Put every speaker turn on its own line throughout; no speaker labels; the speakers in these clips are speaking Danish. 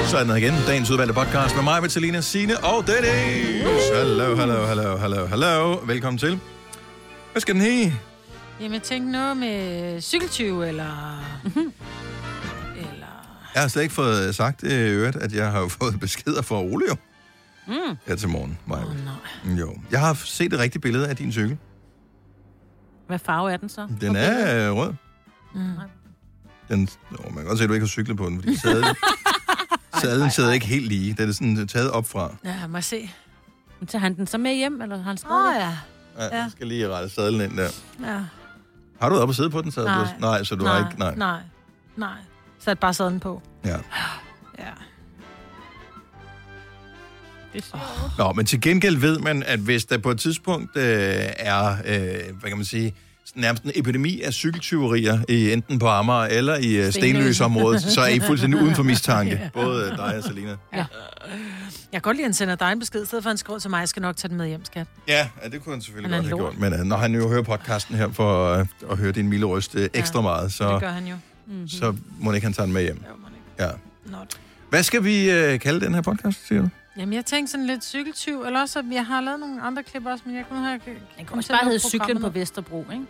Ghostliners igen, dagens udvalgte podcast med mig, Vitalina Sine og Dennis. Hallo, hallo, hallo, hallo, hallo. Velkommen til. Hvad skal den hedde?
Jamen, jeg tænkte noget med cykeltyv, eller...
Mhm.
Jeg har slet ikke fået sagt øh, i øvrigt, at jeg har jo fået beskeder fra Ole jo.
Mm.
her til morgen. Maja. Oh, Hmm. nej. Jo. Jeg har set et rigtigt billede af din cykel.
Hvad farve er den så?
Den
På billedet?
er øh, rød.
Mm.
Den, oh, man kan godt se, at du ikke har cyklet på den, fordi sadlen, sadlen sidder ikke helt lige. Den er sådan øh, taget op fra.
Ja, må jeg se.
Men Tager han den så med hjem, eller har han stadig?
Åh, ja.
Ja, Jeg skal lige rette sadlen ind der.
ja.
Har du været oppe og sidde på den? Så
Nej.
Du, nej, så du har ikke... Nej. nej.
Nej, nej. Sat bare sadlen på.
Ja.
Ja.
Det
Nå, men til gengæld ved man, at hvis der på et tidspunkt øh, er, øh, hvad kan man sige, nærmest en epidemi af cykeltyverier, i, enten på Amager eller i øh, Stenløs-området, så er I fuldstændig uden for mistanke. Både øh, dig og Selina.
ja. Jeg kan godt lide, at han sender dig en besked, i stedet for at han skriver til mig, jeg skal nok tage den med hjem, skat.
Ja, ja, det kunne han selvfølgelig
Han
godt
er
have
lort.
gjort. Men uh, når han jo hører podcasten her for uh, at høre din milde røst uh, ekstra ja, meget, så,
Det gør han jo.
Mhm.
Mm-hmm.
så må ikke han tage den med hjem. Ja.
Not.
Hvad skal vi uh, kalde den her podcast, siger du?
Jamen, jeg tænkte sådan lidt cykeltyv, eller også, at jeg har lavet nogle andre klip også, men jeg kunne have...
Den kan også bare hedde cyklen på Vesterbro, ikke?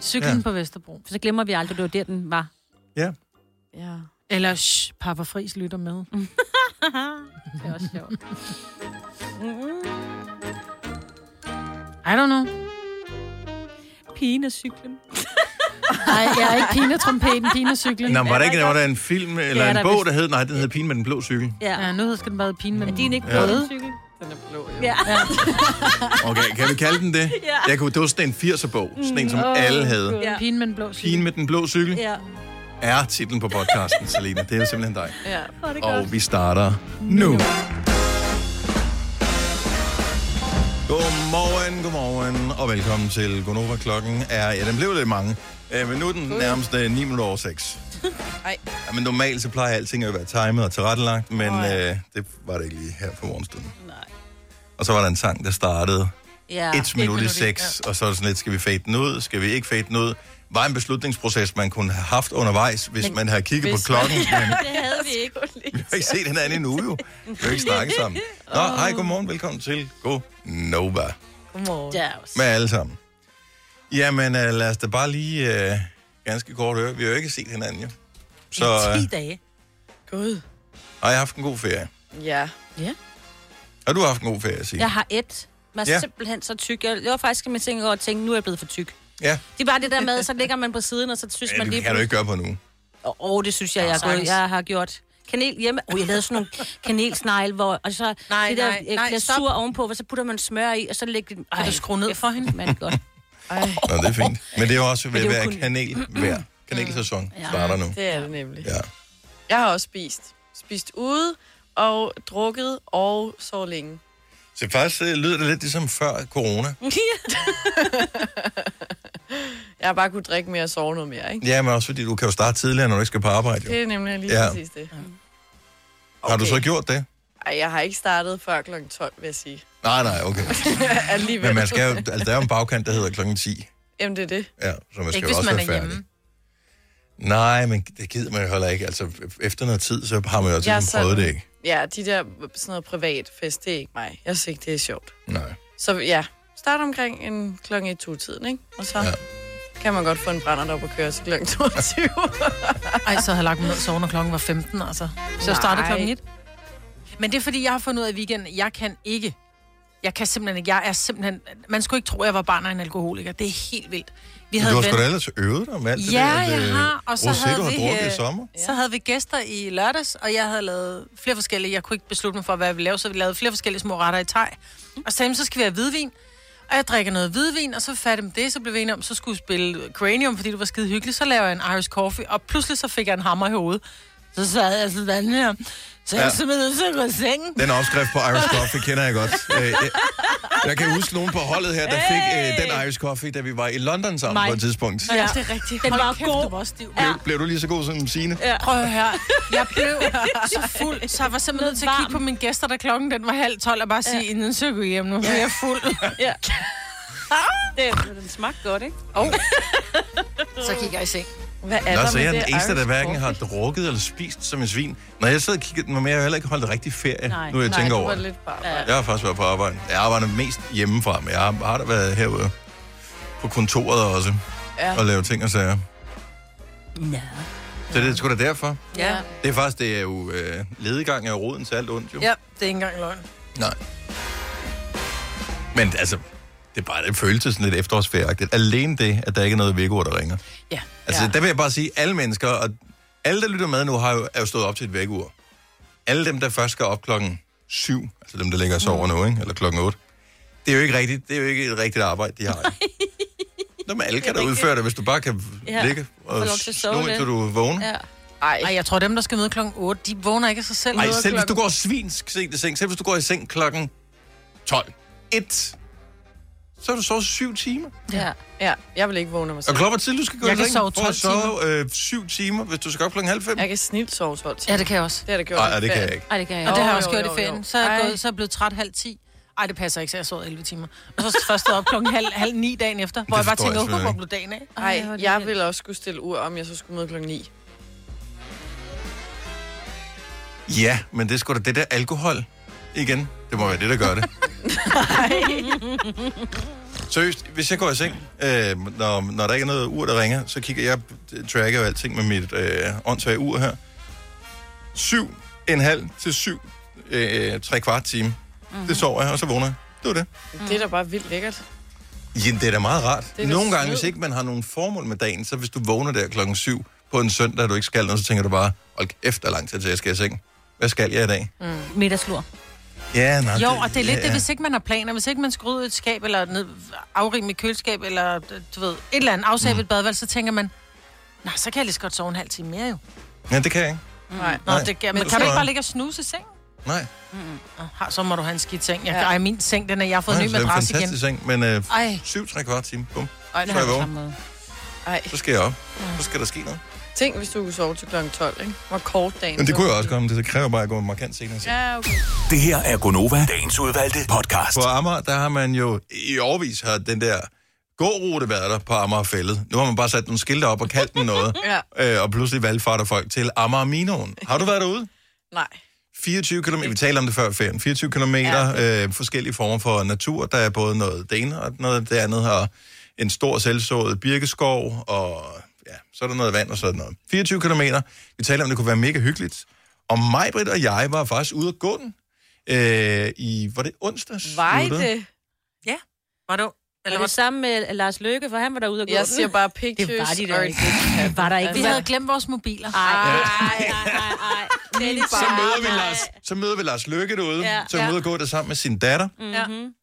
Cyklen
Ja.
på Vesterbro.
For så glemmer vi aldrig, det var der, den var.
Ja.
Ja.
Eller, shh, Papa Fris lytter med.
Det er også sjovt. Mhm.
I don't know.
Pigen af cyklen.
Nej, jeg er ikke pinatrompeten, pinacyklen.
Nå, var der ikke var der en film eller
er
en
der
bog,
vist.
der hed... Nej, den hed Pigen med den blå cykel.
Ja, nu skal den bare hedde pine, men...
Din ikke
Ja.
røde cykel.
Den er blå, jo.
Ja.
Okay, kan vi kalde den det?
Ja.
Jeg kunne, det var sådan en 80'er-bog, sådan en, som
Åh,
alle havde.
gud.
Ja.
Pigen med den blå cykel.
Pigen med den blå cykel
Ja.
er titlen på podcasten, Selina. Det er jo simpelthen dig.
Ja.
Åh, det er godt.
Og vi starter nu. Godmorgen, godmorgen, og velkommen til Gonova. Klokken er, ja, den blev lidt mange, øh, men nu er den nærmest øh, 9 minutter over 6.
Ej.
Ja, men normalt så plejer alting at være timet og tilrettelagt, men øh, det var det ikke lige her på morgenstunden.
Nej.
Og så var der en sang, der startede
Ja.
et minut i
minut i,
seks, og så er det sådan lidt, skal vi fade den ud, skal vi ikke fade den ud? Var en beslutningsproces, man kunne have haft undervejs, hvis men, man havde kigget på
hvis
klokken, men
Det havde vi ikke.
vi har ikke set hinanden endnu jo. Vi har ikke snakket sammen. Nå, hej, godmorgen, velkommen til Go Nova
Godmorgen. Ja.
Ja.
med alle sammen. Jamen, øh, lad os da bare lige øh, ganske kort høre. Vi har jo ikke set hinanden jo. Så øh,
10 dage.
Gud.
har jeg haft en god ferie.
Ja.
Har du haft en god ferie, Signe?
Jeg har et. Man er
Ja.
ja. simpelthen så tyk. Jeg, jeg var faktisk med ting over at tænke, nu er jeg blevet for tyk.
Ja.
Det er bare det der med, så ligger man på siden, og så synes
Ja,
man lige...
det kan du ikke gøre på nu.
Åh, oh, det synes jeg, jeg, jeg,
sagtens.
jeg har gjort. Kanel hjemme. Åh, oh, jeg lavede sådan nogle kanelsnegle, hvor... Og så
Nej,
det der
nej,
øh,
nej,
glasur
stop.
ovenpå, hvor så putter man smør i, og så lægger... det- Ej,
Kan du skrue ned for hende?
man godt.
Ej,
Nå, det er fint. Men det er jo også ved
det
at
er jo
være
kun-
kanel hver. Kanelsæson starter nu.
det er det nemlig.
Ja.
Jeg har også spist. Spist ude og drukket og så længe.
Så faktisk øh, lyder det lidt ligesom før corona.
Jeg har bare kunne drikke mere og sove noget mere, ikke?
Ja, men også fordi du kan jo starte tidligere, når du ikke skal på arbejde. Jo.
Det er nemlig lige
Ja.
ja. præcis det.
Har du så gjort det?
Ej, jeg har ikke startet før kl. 12, vil jeg sige.
Nej, nej, okay.
Alligevel.
Men man skal jo, altså, der er jo en bagkant, der hedder klokken 10.
Jamen, det er det.
Ja, så man skal
Ikke
jo
hvis
også
man
være
er
færdig.
hjemme.
Nej, men det gider man jo heller ikke. Altså, efter noget tid, så har man jo også
Jeg er
ligesom prøvet
sådan.
det, ikke?
Ja, de der sådan noget privat fest, det er ikke mig. Jeg synes ikke, det er sjovt.
Nej.
Så ja, start omkring en kl. 1-2-tiden, ikke? Og så
Ja.
ja. kan man godt få en brændert op og køre til kl. 22.
Ej, så havde jeg lagt mig ned og sovet, når klokken var 15, altså. Så jeg startede
Nej.
klokken 1. Men det er, fordi jeg har fundet ud af i weekenden, jeg kan ikke. Jeg kan simpelthen ikke. Jeg er simpelthen... Man skulle ikke tro, at jeg var barn af en alkoholiker. Det er helt vildt. Vi
Men du har sgu
ven-
da ellers øvet dig med alt det
Ja,
der. at,
jeg
øh,
har, og så
rosé,
havde
du har
vi,
drukket i
øh,
sommer.
Så havde vi gæster i lørdags, og jeg havde lavet flere forskellige. Jeg kunne ikke beslutte mig for, hvad jeg ville lave, så vi lavede flere forskellige små retter i teg. Og så sagde, jeg, så skal vi have hvidvin. Og jeg drikker noget hvidvin, og så fat med det, så blev vi enige om, så skulle vi spille Cranium, fordi det var skide hyggeligt. Så laver jeg en Irish Coffee, og pludselig så fik jeg en hammer i hovedet. Så sad jeg sådan her. Så jeg
Ja.
ja. simpelthen så gå i sengen.
Den opskrift på Irish Coffee kender jeg godt. Øh, jeg- Jeg kan huske nogen på holdet her, der fik øh, den Irish Coffee, da vi var i London sammen
Mig.
på et tidspunkt.
Ja. det er rigtigt. Den
Hold
var
kæft,
god.
du
var stiv.
Ja.
Blev du lige så god som Signe?
Prøv at høre, jeg blev så fuld, så jeg var simpelthen nødt til at kigge på mine gæster, da klokken den var halv tolv, og bare sige, ja. inden så går I hjem nu, for jeg er fuld.
Ja. Det, den smagte godt, ikke?
Så gik jeg i seng.
Hvad er
Nå,
der
så
med
jeg er
det
den eneste, der
Irish
hverken har
coffee?
drukket eller spist som en svin. Når jeg sad og kiggede, når jeg har heller ikke holdt rigtig ferie,
Nej.
nu jeg
Nej,
tænker
du
over
var
det.
lidt bare. Ja.
Jeg har faktisk været på arbejde. Jeg arbejder mest hjemmefra, men jeg har, har da været herude på kontoret også,
Ja.
og lavet ting og sager.
Nå.
Så det er sgu da derfor.
Ja.
Det er faktisk, det er jo øh, ledegang af roden til alt ondt, jo.
ja, det er ikke engang løgn.
Nej. Men altså, det er bare det følelse sådan lidt efterårsferieagtigt. Alene det, at der ikke er noget vækord, der ringer.
ja.
Altså,
ja.
ja. der vil jeg bare sige, alle mennesker, og alle, der lytter med nu, har jo, er jo stået op til et vækkeur. Alle dem, der først skal op klokken 7, altså dem, der ligger og
Mm.
sover nu, ikke? eller klokken 8, det er jo ikke rigtigt, det er jo ikke et rigtigt arbejde, de har. Nå, men alle kan da udføre det, hvis du bare kan ja.
Ja.
ligge og
Få lov til at sove
snu, indtil
lidt.
du vågner. Ja.
Ja.
Ej,
Ej, jeg tror, dem, der skal møde klokken 8, de vågner ikke af sig selv.
Ej,
Møder
selv hvis du
klokken-
går svinsk sent i seng, selv hvis du går i seng klokken 12, 1, så er du sovet 7 timer.
ja. ja. Jeg vil ikke vågne af mig
Og
selv.
klokken til, du skal gå
Jeg
i
kan
seng,
sove
for
12
at
timer.
sove øh, 7 timer, hvis du skal op klokken halv fem.
Jeg kan snilt sove 12 timer.
Ja, det kan jeg også.
Det har jeg da gjort.
Nej,
i
nej, det kan
ferien.
jeg ikke.
Ej, det kan jeg
Og det
ikke.
har jeg
Jo,
også
jo,
gjort i
jo,
ferien.
jo.
Så er jeg,
Ej.
gået, så er jeg blevet træt halv 10. Ej, det passer ikke, så jeg sov 11 timer. Og så først stod jeg op klokken halv, halv 9 dagen efter, hvor
Det
jeg bare
forstår jeg
tænkte, "Åh, hvor blev
selvfølgelig
dagen af?
Ej, hvor er
Nej,
det
jeg
vildt.
ville også skulle stille ur, om jeg så skulle møde klokken 9.
Ja, men det er sgu da det der alkohol igen. Det må være det, der gør det. Seriøst, hvis jeg går i seng, øh, når, når der ikke er noget ur, der ringer, så kigger jeg, tracker jo alting med mit øh, åndssvage ur her. Syv, en halv til syv, øh, tre kvart time. Mm-hmm.
Mhm.
Det sover jeg, og så vågner jeg. Det var det.
Det er da bare vildt lækkert.
Ja, det er da meget rart.
Det er da
Nogle gange,
snyd.
hvis ikke man har nogen formål med dagen, så hvis du vågner der klokken 7 på en søndag, og du ikke skal noget, så tænker du bare, hold efter lang tid til, jeg skal i seng. Hvad skal jeg i dag?
Middagslur.
Ja, nej,
Jo, og det er lidt
ja,
det,
ja.
hvis ikke man har planer, hvis ikke man skal ud i et skab, eller ned, afrime et køleskab, eller du ved, et eller andet, afsæbe mm. et badeværelse, så tænker man, nej, så kan jeg lige så godt sove en halv time mere jo.
Ja, det kan jeg ikke.
Nej.
Nå,
Nej.
det, ja,
Men
men kan
du
du
skal-
ikke bare ligge og snuse i seng?
Nej.
Ah, så må du have en skidt seng. Jeg,
Ja.
ja. Ej, min seng, den er, jeg har fået
Nej,
en
så
ny
det er en
madras igen.
fantastisk seng, men øh,
Ej.
syv, tre kvart time, bum,
Ej,
så er jeg
På
vågen.
samme måde.
Ej.
Så skal jeg op.
Mm.
Så skal der ske noget.
Tænk, hvis du kunne sove til klokken 12, ikke? Hvor kort dagen.
Men det
så
kunne jeg
var.
også komme, det kræver bare at gå markant senere. Ja.
Ja, okay.
Det her er Gonova, dagens udvalgte podcast.
På Amager, der har man jo i årvis har den der gårute været der på Amager Fællet. Nu har man bare sat nogle skilte op og kaldt den noget.
Ja.
øh, og pludselig valgfarter folk til Amager Minoen. Har du været derude?
Nej.
24 km, vi talte om det før ferien, 24 km ja. øh, forskellige former for natur. Der er både noget det ene og noget det andet her. En stor selvsået birkeskov, og ja, så er der noget vand og sådan noget. 24 km, vi talte om, det kunne være mega hyggeligt. Og mig, Britt og jeg var faktisk ude at gå den øh, i, var det onsdags?
Var
sluttede?
det?
Var du?
Eller var
Eller var
det sammen med øh, Lars Løkke, for han var derude og gå
Jeg siger bare pictures.
Det var de der
are
ikke.
dick.
Det var der ikke.
vi havde glemt vores mobiler.
Ej, ej, ej, ej, ej. Det er lidt
Så møder, vi Lars, så møder vi Lars Lykke derude, ja,
Ja.
som ja. ude at gå der sammen med sin datter.
Mhm.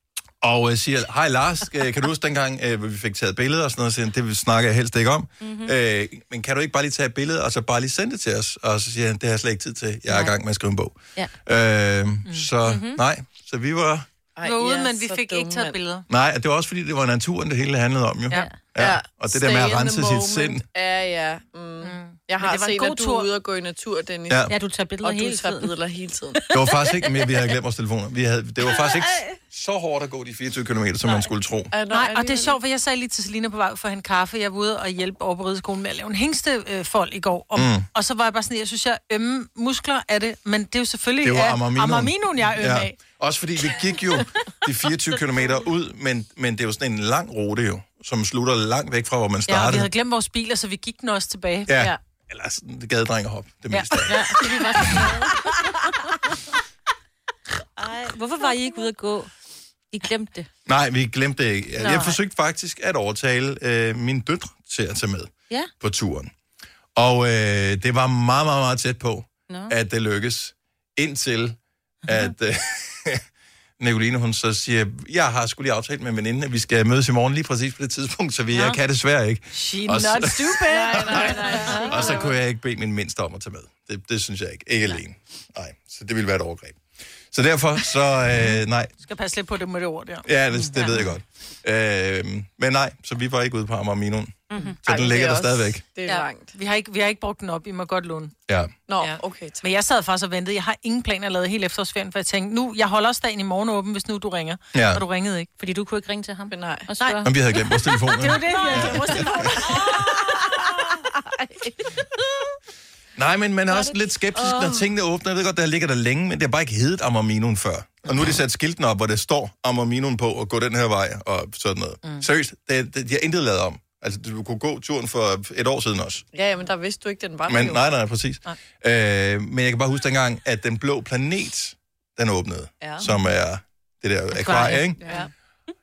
og øh, siger, hej Lars, øh, kan du huske dengang, øh, hvor vi fik taget billeder og sådan noget, og siger, han, det snakker jeg helst ikke om, mm-hmm. øh, men kan du ikke bare lige tage et billede, og så bare lige sende det til os? Og så siger han, det har jeg slet ikke tid til, jeg er i gang med at skrive en bog.
Ja.
Øh, så nej, så vi var,
Ej,
Vi var
I
ude,
er
men vi
så
fik
dumme,
ikke taget
mand.
billeder.
nej, og det var også fordi, det var naturen, det hele handlede om jo.
Ja.
ja. Og det der med
Stay
at
in the
rense sit
moment.
sind.
Ja, ja. Mm. Jeg har
det var en
set,
god
at du
tur.
er ude og gå i natur, Dennis.
Ja.
Ja, du tager billeder
Og du
hele
tager
tiden.
billeder hele tiden.
Det var faktisk ikke mere, vi havde glemt vores telefoner. Vi havde, det var faktisk ikke så hårdt at gå de 24 km, som man skulle tro.
Er der
Nej, og det er
alligevel-
sjovt, for jeg sagde lige til Selina på vej for at hente kaffe. Jeg var ude og hjælpe over på rideskolen med at lave en hængstefold i går. Og, mm. og så var jeg bare sådan, jeg synes, jeg er ømme muskler af det, men det er jo selvfølgelig
Det var
af
Amarminoen.
Amarminoen, jeg er øm ja. af.
Også fordi vi gik jo de 24 km ud, men, men det er jo sådan en lang rute jo, som slutter langt væk fra, hvor man
Ja, og vi
startede.
havde glemt vores biler, så vi gik den også tilbage.
Ja. ja. Eller sådan det gadedreng og hop, det
Ja.
meste af det.
ja.
Ej, hvorfor var I ikke ude at gå? I glemte det.
Nej, vi glemte det ikke. Jeg
Nej.
forsøgte faktisk at overtale øh, min døtre til at tage med
Ja.
på turen. Og øh, det var meget, meget, meget tæt på,
Nå.
at det lykkes. Indtil, at øh, Nicoline, hun så siger, jeg har skulle lige aftalt med en veninde, at vi skal mødes i morgen lige præcis på det tidspunkt, så vi, jeg kan desværre ikke.
She
Og så-
not stupid.
Nej, nej, nej.
Og så kunne jeg ikke bede min mindste om at tage med. Det, det synes jeg ikke. Ikke alene. Nej, så det ville være et overgreb. Så derfor, så øh, nej.
Du skal passe lidt på det med det ord der.
Ja, det, det ved jeg godt. Øh, men nej, så vi var ikke ude på Amager Minoen. Mm-hmm. Så
Mhm. Ej,
den
det
ligger
er
der
også-
stadigvæk.
Det er
Ja.
langt.
Vi har, ikke, vi har ikke brugt den op, I må godt låne.
Ja.
Nå,
Ja.
okay. tak.
Men jeg sad faktisk og ventede. Jeg har ingen planer lavet hele efterårsferien, for jeg tænkte, nu, jeg holder også dagen i morgen åben, hvis nu du ringer.
Ja.
Og du ringede ikke.
Fordi du kunne ikke ringe til ham.
Men nej.
Og spørge.
Men vi havde glemt vores telefoner.
Det er jo det, jeg
Nej, men man er også lidt skeptisk, når tingene åbner. Jeg ved godt, der ligger der længe, men det har bare ikke heddet Amarminoen før. Og nu har de sat skiltene op, hvor der står Amarminoen på, og gå den her vej, og sådan noget. Mm. Seriøst, det, det, de har intet lavet om. Altså, du kunne gå turen for et år siden også.
Ja, ja, men der vidste du ikke, den var
Men
jo.
nej, nej, præcis. Øh, men jeg kan bare huske dengang, at den blå planet, den åbnede, ja.
Ja.
som er det der akvarie, ikke?
Ja.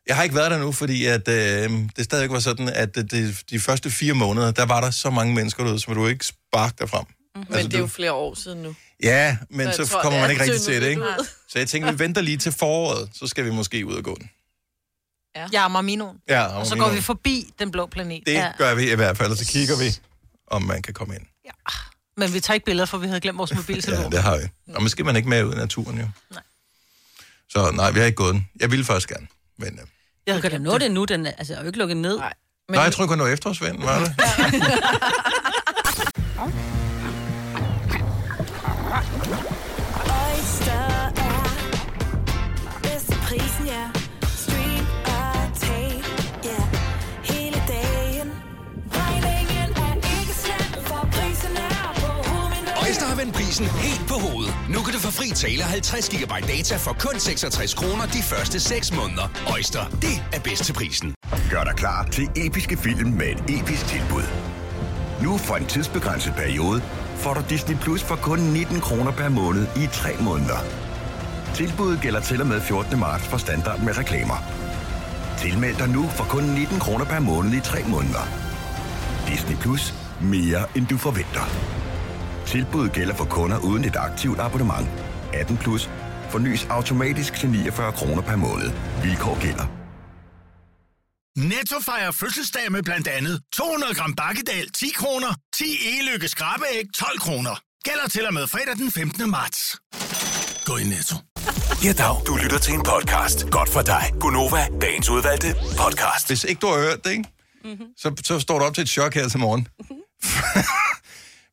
Jeg har ikke været der nu, fordi at, øh, det stadig var sådan, at det, det, de første fire måneder, der var der så mange mennesker derude, som du ikke sparkede derfra.
Men altså, det er jo flere år siden nu.
Ja, men
jeg
så, så
tror,
kommer
det
man
er
ikke rigtig til
tyndt
det,
ud.
ikke?
Nej.
Så jeg tænker, vi venter lige til foråret, så skal vi måske ud og gå den.
Jeg er Minoen.
Ja,
Og så
min
går
mor.
vi forbi den blå planet.
Det ja. gør vi i hvert fald, og så kigger vi, om man kan komme ind.
Men vi tager ikke billeder, for vi havde glemt vores
Ja,
mobiltelefon.
det har vi. Og måske man ikke med ud i naturen, jo. Nej. Så nej, vi har ikke gået den. Jeg ville først gerne, men... Øh.
Jeg kan da nå det nu, den er, altså, er jo ikke lukket ned.
Nej.
Men... Nej, jeg tror ikke, hun var efterårsvinden, var det?
Oyster er bedst til prisen, ja. Stream og tag, ja. Hele dagen. Regningen er ikke slem, for prisen er på hovedet.
Øjster har vendt prisen helt på hovedet. Nu kan du få fri tale 50 GB data for kun 66 kroner de første 6 måneder. Øjster, det er bedst til prisen.
Gør dig klar til episke film med et episk tilbud. Nu for en tidsbegrænset periode får du Disney Plus for kun 19 kroner per måned i 3 måneder. Tilbuddet gælder til og med 14. marts for standard med reklamer. Tilmeld dig nu for kun 19 kroner per måned i 3 måneder. Disney Plus. Mere end du forventer. Tilbuddet gælder for kunder uden et aktivt abonnement. 18 plus. Fornyes automatisk til 49 kroner per måned. Vilkår gælder.
Netto fejrer fødselsdag med blandt andet 200 gram bakkedal 10 kroner, 10 e-lykke skrabeæg 12 kroner. Gælder til og med fredag den 15. marts. Gå i Netto.
Ja, dag. Du lytter til en podcast. Godt for dig. Gunova, dagens udvalgte podcast.
Hvis ikke du har hørt det, ikke? Mm-hmm. Så, så står du op til et chok her til morgen.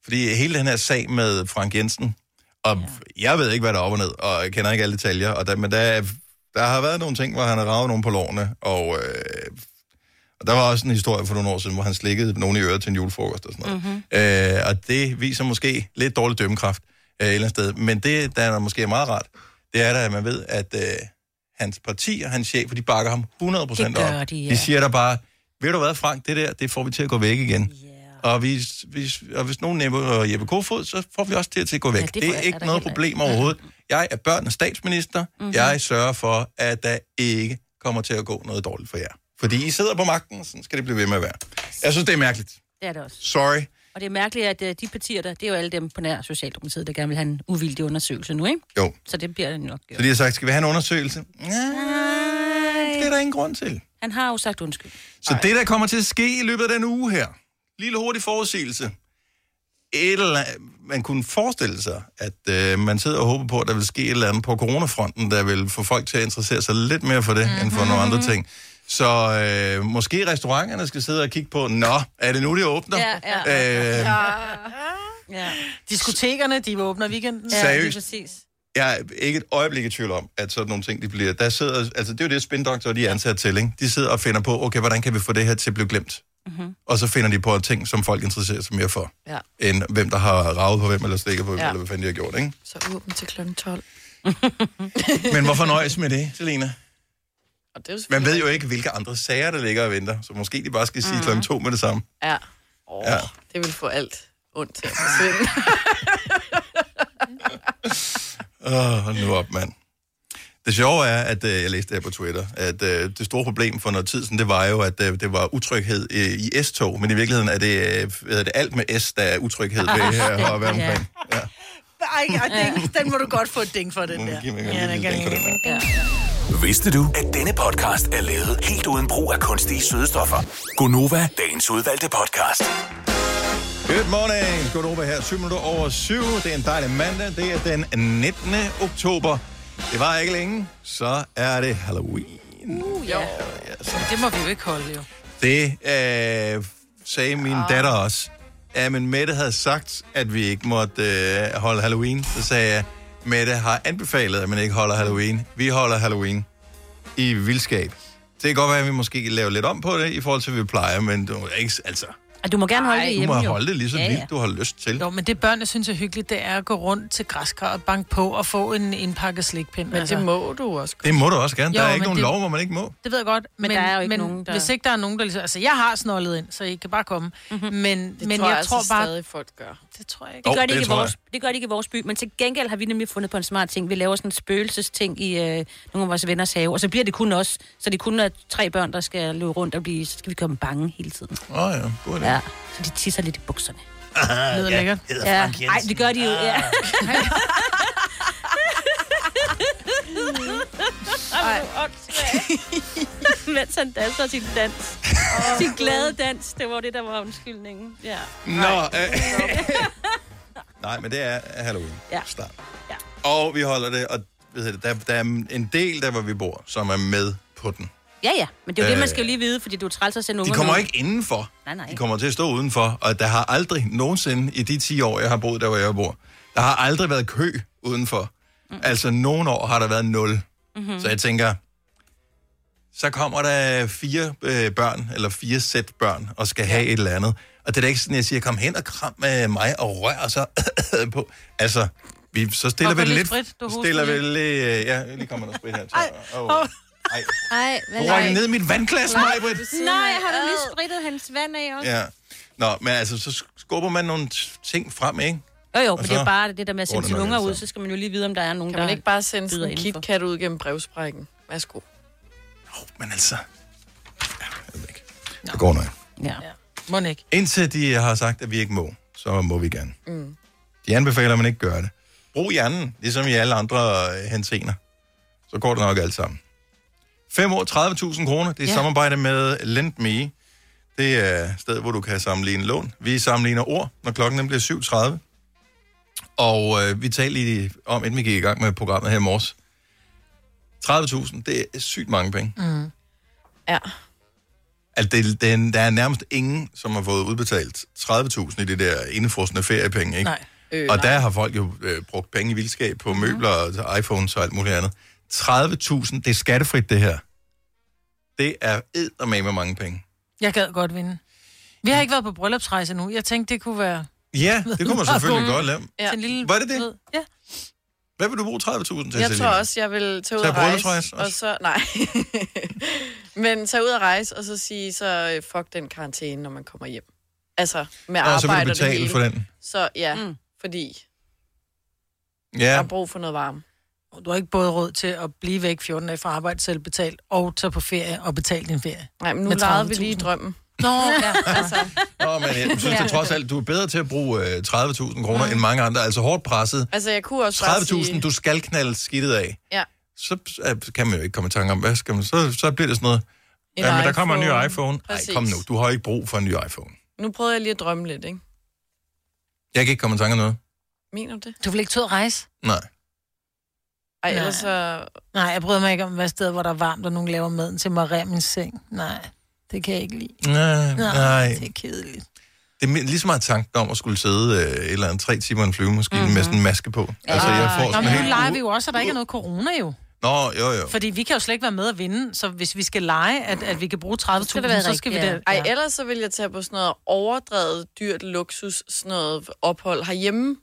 Fordi hele den her sag med Frank Jensen, og ja. jeg ved ikke, hvad der er op og ned, og jeg kender ikke alle detaljer, og der, men der, der har været nogle ting, hvor han har ravet nogen på lårene, og, øh, og der var også en historie for nogle år siden, hvor han slikkede nogen i øret til en julefrokost og sådan
Mhm.
noget. Mm-hmm. Øh, og det viser måske lidt dårlig dømmekraft øh, et eller andet sted, men det, der er måske er meget rart, det er da, at man ved, at øh, hans parti og hans chef, de bakker ham 100%
Det gør
op.
de, ja.
De siger der bare, ved du hvad, Frank, det der, det får vi til at gå væk igen. Og hvis, hvis, og hvis nogen nævner Jeppe Kofod, så får vi også det til at gå væk. Ja,
det
det,
får
det er
jeg- er
ikke
der
noget
heller Mhm.
problem overhovedet. Jeg er børnenes statsminister. Mm-hmm. Jeg sørger for, at der ikke kommer til at gå noget dårligt for jer. Fordi I sidder på magten, sådan skal det blive ved med at være. Jeg synes, det er mærkeligt.
Det er det også.
Sorry.
Og det er mærkeligt, at øh, de partier der, det er jo alle dem på nær Socialdemokratiet, der gerne vil have en uvildig undersøgelse nu, ikke?
Jo.
Så det bliver det nok gjort.
Så de har sagt, skal vi have en undersøgelse? Nej, det er der ingen grund til.
Han har jo sagt undskyld.
Så Ej. det, der kommer til at ske i løbet af den uge her, lille hurtig forudsigelse. Et eller andet, man kunne forestille sig, at øh, man sidder og håber på, at der vil ske et eller andet på coronafronten, der vil få folk til at interessere sig lidt mere for det, mm-hmm. end for nogle
Mhm.
andre ting. Så øh, måske restauranterne skal sidde og kigge på, nå, er det nu, det åbner?
Ja, ja,
Øh,
Ja,
Diskotekerne, de åbner i weekenden.
Ja. Seriøst?
præcis.
jeg er ikke et øjeblik i tvivl om, at sådan nogle ting, de bliver... Der sidder, altså, det er jo det, spindoktorer, de er ansat til, ikke? De sidder og finder på, okay, hvordan kan vi få det her til at blive glemt?
Mhm.
Mm-hmm. Og så finder de på ting, som folk interesserer sig mere for,
Ja.
end hvem der har ravet på hvem, eller stikket på hvem, ja.
Ja.
eller hvad fanden de har gjort, ikke?
Så åbent til kl. 12.
Men hvorfor nøjes med det, Selina?
Og det er jo
Man
selvfølgelig...
ved jo ikke, hvilke andre sager, der ligger og venter, så måske de bare skal sige mm. klokken to med det samme.
Ja. Oh,
Ja.
ja. Det vil få alt ondt til at forsvinde.
Åh, hold nu op, mand. Det sjove er, at øh, jeg læste det her på Twitter, at øh, det store problem for noget tid siden, det var jo, at øh, det var utryghed øh, i S-tog, men i virkeligheden er det, øh, hvad hedder det alt med S, der er utryghed ved her og hvad omkring. Ja.
Ej, ej, den, den må du godt få et ding for, den
Nu
der.
giver man lige lidt ding for den der.
Vidste du, at denne podcast er lavet helt uden brug af kunstige sødestoffer? Gunova, dagens udvalgte podcast.
Good morning. Godt over her. 7 minutter over 7. Det er en dejlig mandag. Det er den 19. oktober. Det var ikke længe. Så er det Halloween. Uh, ja. ja så
Det må vi jo ikke holde, jo.
Det øh, sagde min
Ah.
datter også. Ja, men Mette havde sagt, at vi ikke måtte øh, holde Halloween. Så sagde jeg, Mette har anbefalet, at man ikke holder Halloween. Vi holder Halloween i vildskab. Det kan godt være, at vi måske laver lidt om på det, i forhold til, hvad vi plejer, men det er ikke, altså,
Og du må gerne holde det
Du
hjemme,
må
jo.
holde det lige så
Ja, ja.
vildt, du har lyst til.
Jo, men det børnene synes er hyggeligt, det er at gå rundt til græskar og banke på og få en, en pakke slikpind.
Men det må du også.
Det må du også gerne.
Jo,
der er
men
ikke nogen
det-
lov, hvor man ikke må.
Det ved jeg godt, men,
der er jo ikke
men
nogen, der-
hvis ikke der er nogen, der ligesom... Altså, jeg har snollet ind, så I kan bare komme. Mm-hmm. Men,
Det
men
tror
jeg,
jeg altså
tror bare...
stadig, folk gør.
Det tror jeg ikke.
Jo,
Det gør det,
det
ikke i
tror
vores, det gør det ikke i vores by, men til gengæld har vi nemlig fundet på en smart ting. Vi laver sådan en spøgelsesting i øh, nogle af vores venners have, og så bliver det kun os. Så det kun er tre børn, der skal løbe rundt og blive... Så skal vi komme bange hele tiden.
Åh oh, ja, god idé.
Ja, så de tisser lidt i bukserne.
Det lyder lækkert.
Ja. Ej, det gør de jo, ja.
Ah.
Mens han danser sin dans. Sin glade dans, det var det, der var undskyldningen. Ja.
Nå, øh, Nej, men det er Halloween.
Ja.
Start.
Ja.
Og vi holder det, og ved jeg det, der, der er en del der, hvor vi bor, som er med på den.
Ja, ja, men det er jo det,
Øh,
man skal jo lige vide, fordi du er træls at sende
De
ungerne
kommer
ud.
ikke indenfor.
Nej, nej.
De kommer til at stå udenfor, og der har aldrig nogensinde i de 10 år, jeg har boet der, hvor jeg bor, der har aldrig været kø udenfor. Mm. Altså, nogle år har der været nul.
Mhm.
Mm-hmm. Så jeg tænker, så kommer der fire øh, børn, eller fire sæt børn, og skal have et eller andet. Og det er da ikke sådan, jeg siger, kom hen og kram med mig og rør så på. Altså, vi, så stiller
Og få
vi det
lidt
lidt...
sprit, du hoster
stiller vi
lige.
lidt... Øh, ja, lige kommer noget sprit her.
Ej,
Åh,
åh.
Ej,
Ej, hvad
du røg ned i mit vandglas, Majbrit.
Nej, har du lige sprittet hans vand af også?
Ja. Nå, men altså, så skubber man nogle t- ting frem, ikke?
Jo, jo, men
Og
det er
så-
jo bare det der med at
Åh,
sende
det er
sine
nok
unger
alt
ud,
sammen.
så skal man jo lige vide, om der er nogen,
Kan man
der...
ikke bare sende
bider
sådan en
indenfor.
KitKat ud gennem brevsprækken? Værsgo.
Men altså... ja, jeg ved ikke. Det går nok.
Ja.
Må ikke.
Indtil de har sagt, at vi ikke må, så må vi gerne. Mm. De anbefaler, at man ikke gør det. Brug hjernen, ligesom i alle andre øh, hensener. Så går det nok alt sammen. 5 år, 30.000 kroner. Det er i samarbejde med LendMe. Det er et sted, hvor du kan sammenligne lån. Vi sammenligner ord, når klokken den bliver 7.30. Og øh, vi talte lige om, inden vi gik i gang med programmet her i morges. 30.000, det er sygt mange penge.
Ja.
Altså, det, det, der er nærmest ingen, som har fået udbetalt 30.000 i det der indefrosne feriepenge, ikke?
Nej.
Øh, og der har folk jo øh, brugt penge i vildskab på
Mhm.
møbler og iPhones og alt muligt andet. 30.000, det er skattefrit, det her. Det er eddermame med mange penge.
Jeg gad godt vinde. Vi
Mm.
har ikke været på bryllupsrejse nu. Jeg tænkte, det kunne være
Ja, det kunne man selvfølgelig godt lave.
ja. en lille...
Var det det?
ved- Ja.
Hvad vil du bruge 30.000 til,
Jeg
Selina?
tror også, jeg vil tage ud
Altså, Tag
og
bryllupsrejse
rejse,
også?
og så... Nej. Men tage ud og rejse, og så sige, så øh, fuck den karantæne, når man kommer hjem. Altså, med
Nå, så vil du
arbejde og det
betale
hele.
for den.
Så ja, mm. fordi jeg
Ja,
har brug for noget varme.
Du har ikke både råd til at blive væk 14 dage fra arbejde selv betalt, og tage på ferie og betale din ferie.
Nej, men nu
Med
lejede vi
30.000.
lige drømmen.
Nå, ja.
Nå, men jeg synes at trods alt, du er bedre til at bruge øh, 30.000 kroner end mange andre. Altså hårdt presset.
Altså, jeg kunne også bare
30.000,
sige...
du skal knalde skidtet af.
Ja,
så øh, kan man jo ikke komme i tanke om, hvad skal man, så, så bliver det sådan noget,
en
ja, men der kommer en ny
iPhone.
iPhone. Nej,
Præcis.
kom nu, du har ikke brug for en ny iPhone.
Nu prøvede jeg lige at drømme lidt, ikke?
Jeg kan ikke komme i tanke om noget.
Mener du det?
Du vil ikke tage ud at rejse?
Nej.
Ej,
Nej.
ellers så...
Nej, jeg bryder mig ikke om, hvad sted, hvor der er varmt, og nogen laver maden til mig og rem min seng. Nej, det kan jeg ikke lide.
Nej,
Nej,
nej.
det er kedeligt.
Det er lige så meget tanken om at skulle sidde øh, et eller andet tre timer i en flyvemaskine mm-hmm. med sådan en maske på. Altså, jeg får
Mhm. Nå,
sådan
men nu
helt...
leger vi jo også, at der ikke er noget corona jo.
Nå, jo, jo.
Fordi vi kan jo slet ikke være med at vinde, så hvis vi skal lege, at, at vi kan bruge 30.000,
skal det være
så skal vi
rigtigt,
da...
Ej, ellers så vil jeg tage på sådan noget overdrevet, dyrt luksus, sådan noget ophold herhjemme.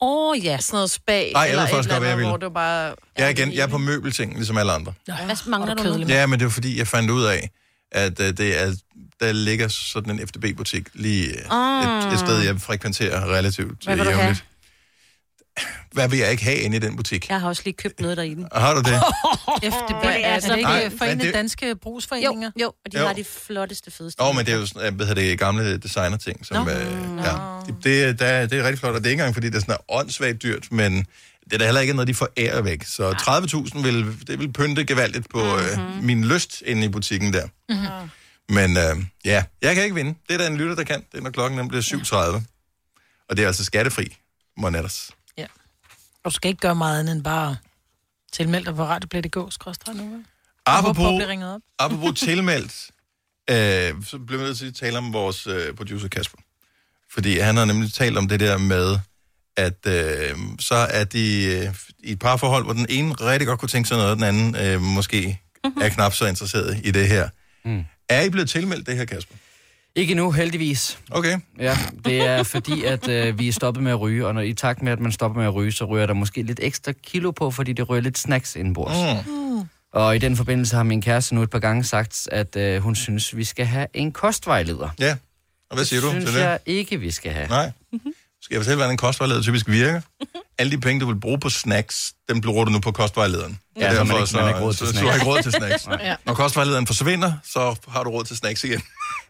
Åh, oh, ja.
Sådan noget spa,
ellers
eller et
også
eller
godt, hvad jeg
andet,
ville.
hvor du bare...
Jeg er, igen, jeg er på møbelting, ligesom alle andre.
Hvad mangler
og
du
kedelig.
nu?
Ja, men det var fordi, jeg fandt ud af, at øh, det er, der ligger sådan en FDB-butik lige øh, et, et sted, jeg frekventerer relativt
Ah. Hvad
øh,
vil du have?
jævnligt. Hvad vil jeg ikke have inde i den butik?
Jeg har også lige købt noget derinde.
Har du det?
FDB,
Hvor det er
er det
så-
ikke
Nej,
øh,
men
forenede
det-
det... danske brugsforeninger?
Jo, jo, og de
Jo.
har de flotteste fedeste.
Åh, oh, men det er jo sådan, øh, hvad hedder det, gamle designer-ting, som no. øh, ja. Det- det, der, det er rigtig flot, og det er ikke engang, fordi det er sådan er åndssvagt dyrt, men det er da heller ikke noget, de får ære væk. Så 30.000 vil, det vil pynte gevaldigt på mm-hmm. øh, min lyst inde i butikken der. Mm-hmm. Men øh, ja, jeg kan ikke vinde. Det er der en lytter, der kan. Det er, når klokken den bliver 7.30. Og det er altså skattefri, Monetters.
Ja. Og du skal ikke gøre meget andet end bare tilmelde dig på radioplæt.dk, skråstrej nu. vel? Jeg håber på at
Apropos,
blive ringet op.
apropos tilmeldt, øh, så blev vi nødt til at tale om vores øh, producer Kasper. Fordi han har nemlig talt om det der med, at øh, så er de øh, i et parforhold, hvor den ene rigtig godt kunne tænke sig noget, og den anden øh, måske er knap så interesseret i det her. Mm. Er I blevet tilmeldt det her, Kasper?
Ikke endnu, heldigvis.
Okay.
Ja, det er fordi, at øh, vi er stoppet med at ryge, og når, i takt med, at man stopper med at ryge, så ryger der måske lidt ekstra kilo på, fordi det rører lidt snacks indenbords. Mm. Og i den forbindelse har min kæreste nu et par gange sagt, at øh, hun synes, vi skal have en kostvejleder.
Ja. Og hvad siger du
synes
til det?
jeg ikke, vi skal have.
Nej. Skal jeg fortælle, hvordan en kostvejleder typisk virker? Alle de penge, du vil bruge på snacks, dem bruger du nu på kostvejlederen.
Ja, så man ikke- man har ikke råd til
så, så, du
snacks.
har ikke råd til snacks.
Nej.
Når kostvejlederen forsvinder, så har du råd til snacks igen.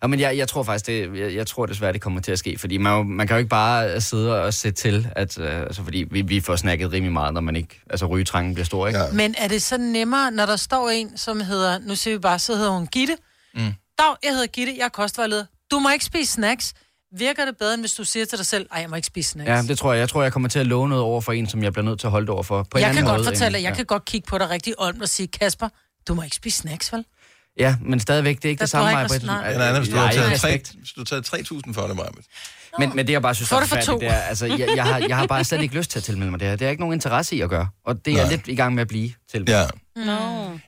Ja, men jeg, jeg tror faktisk, det, jeg, jeg tror desværre, det kommer til at ske, fordi man, jo- man kan jo ikke bare øh, sidde og se til, at, øh, altså, fordi vi, vi får snakket rimelig meget, når man ikke, altså rygetrangen bliver stor, ikke? Ja.
Men er det så nemmere, når der står en, som hedder, nu siger vi bare, så hedder hun Gitte.
Mm.
Dag, jeg hedder Gitte, jeg er kostvejleder. Du må ikke spise snacks. Virker det bedre, end hvis du siger til dig selv, ej, jeg må ikke spise snacks?
Ja, det tror jeg. Jeg tror, jeg kommer til at love noget over for en, som jeg bliver nødt til at holde det over for. På en
jeg
anden
kan
måde,
godt fortælle,
end-
at jeg
ja.
kan godt kigge på dig rigtig ånd og sige, Kasper, du må ikke spise snacks, vel?
Ja, men stadigvæk, det er ikke
Der
det samme,
tror jeg ikke,
Maj-Brit.
hvor snart-
Men Anna, hvis du har
Nej,
taget tre-
respekt.
hvis du har taget 3.000 for det, Marmit.
Men, men det, jeg bare synes,
Får
er
det for
forfærdeligt,
to.
det er, altså, jeg, jeg, har, jeg har bare slet ikke lyst til at tilmelde mig det her. Det har jeg ikke nogen interesse i at gøre. Og det er jeg
Nej.
lidt i gang med at blive til.
Ja.
Nå.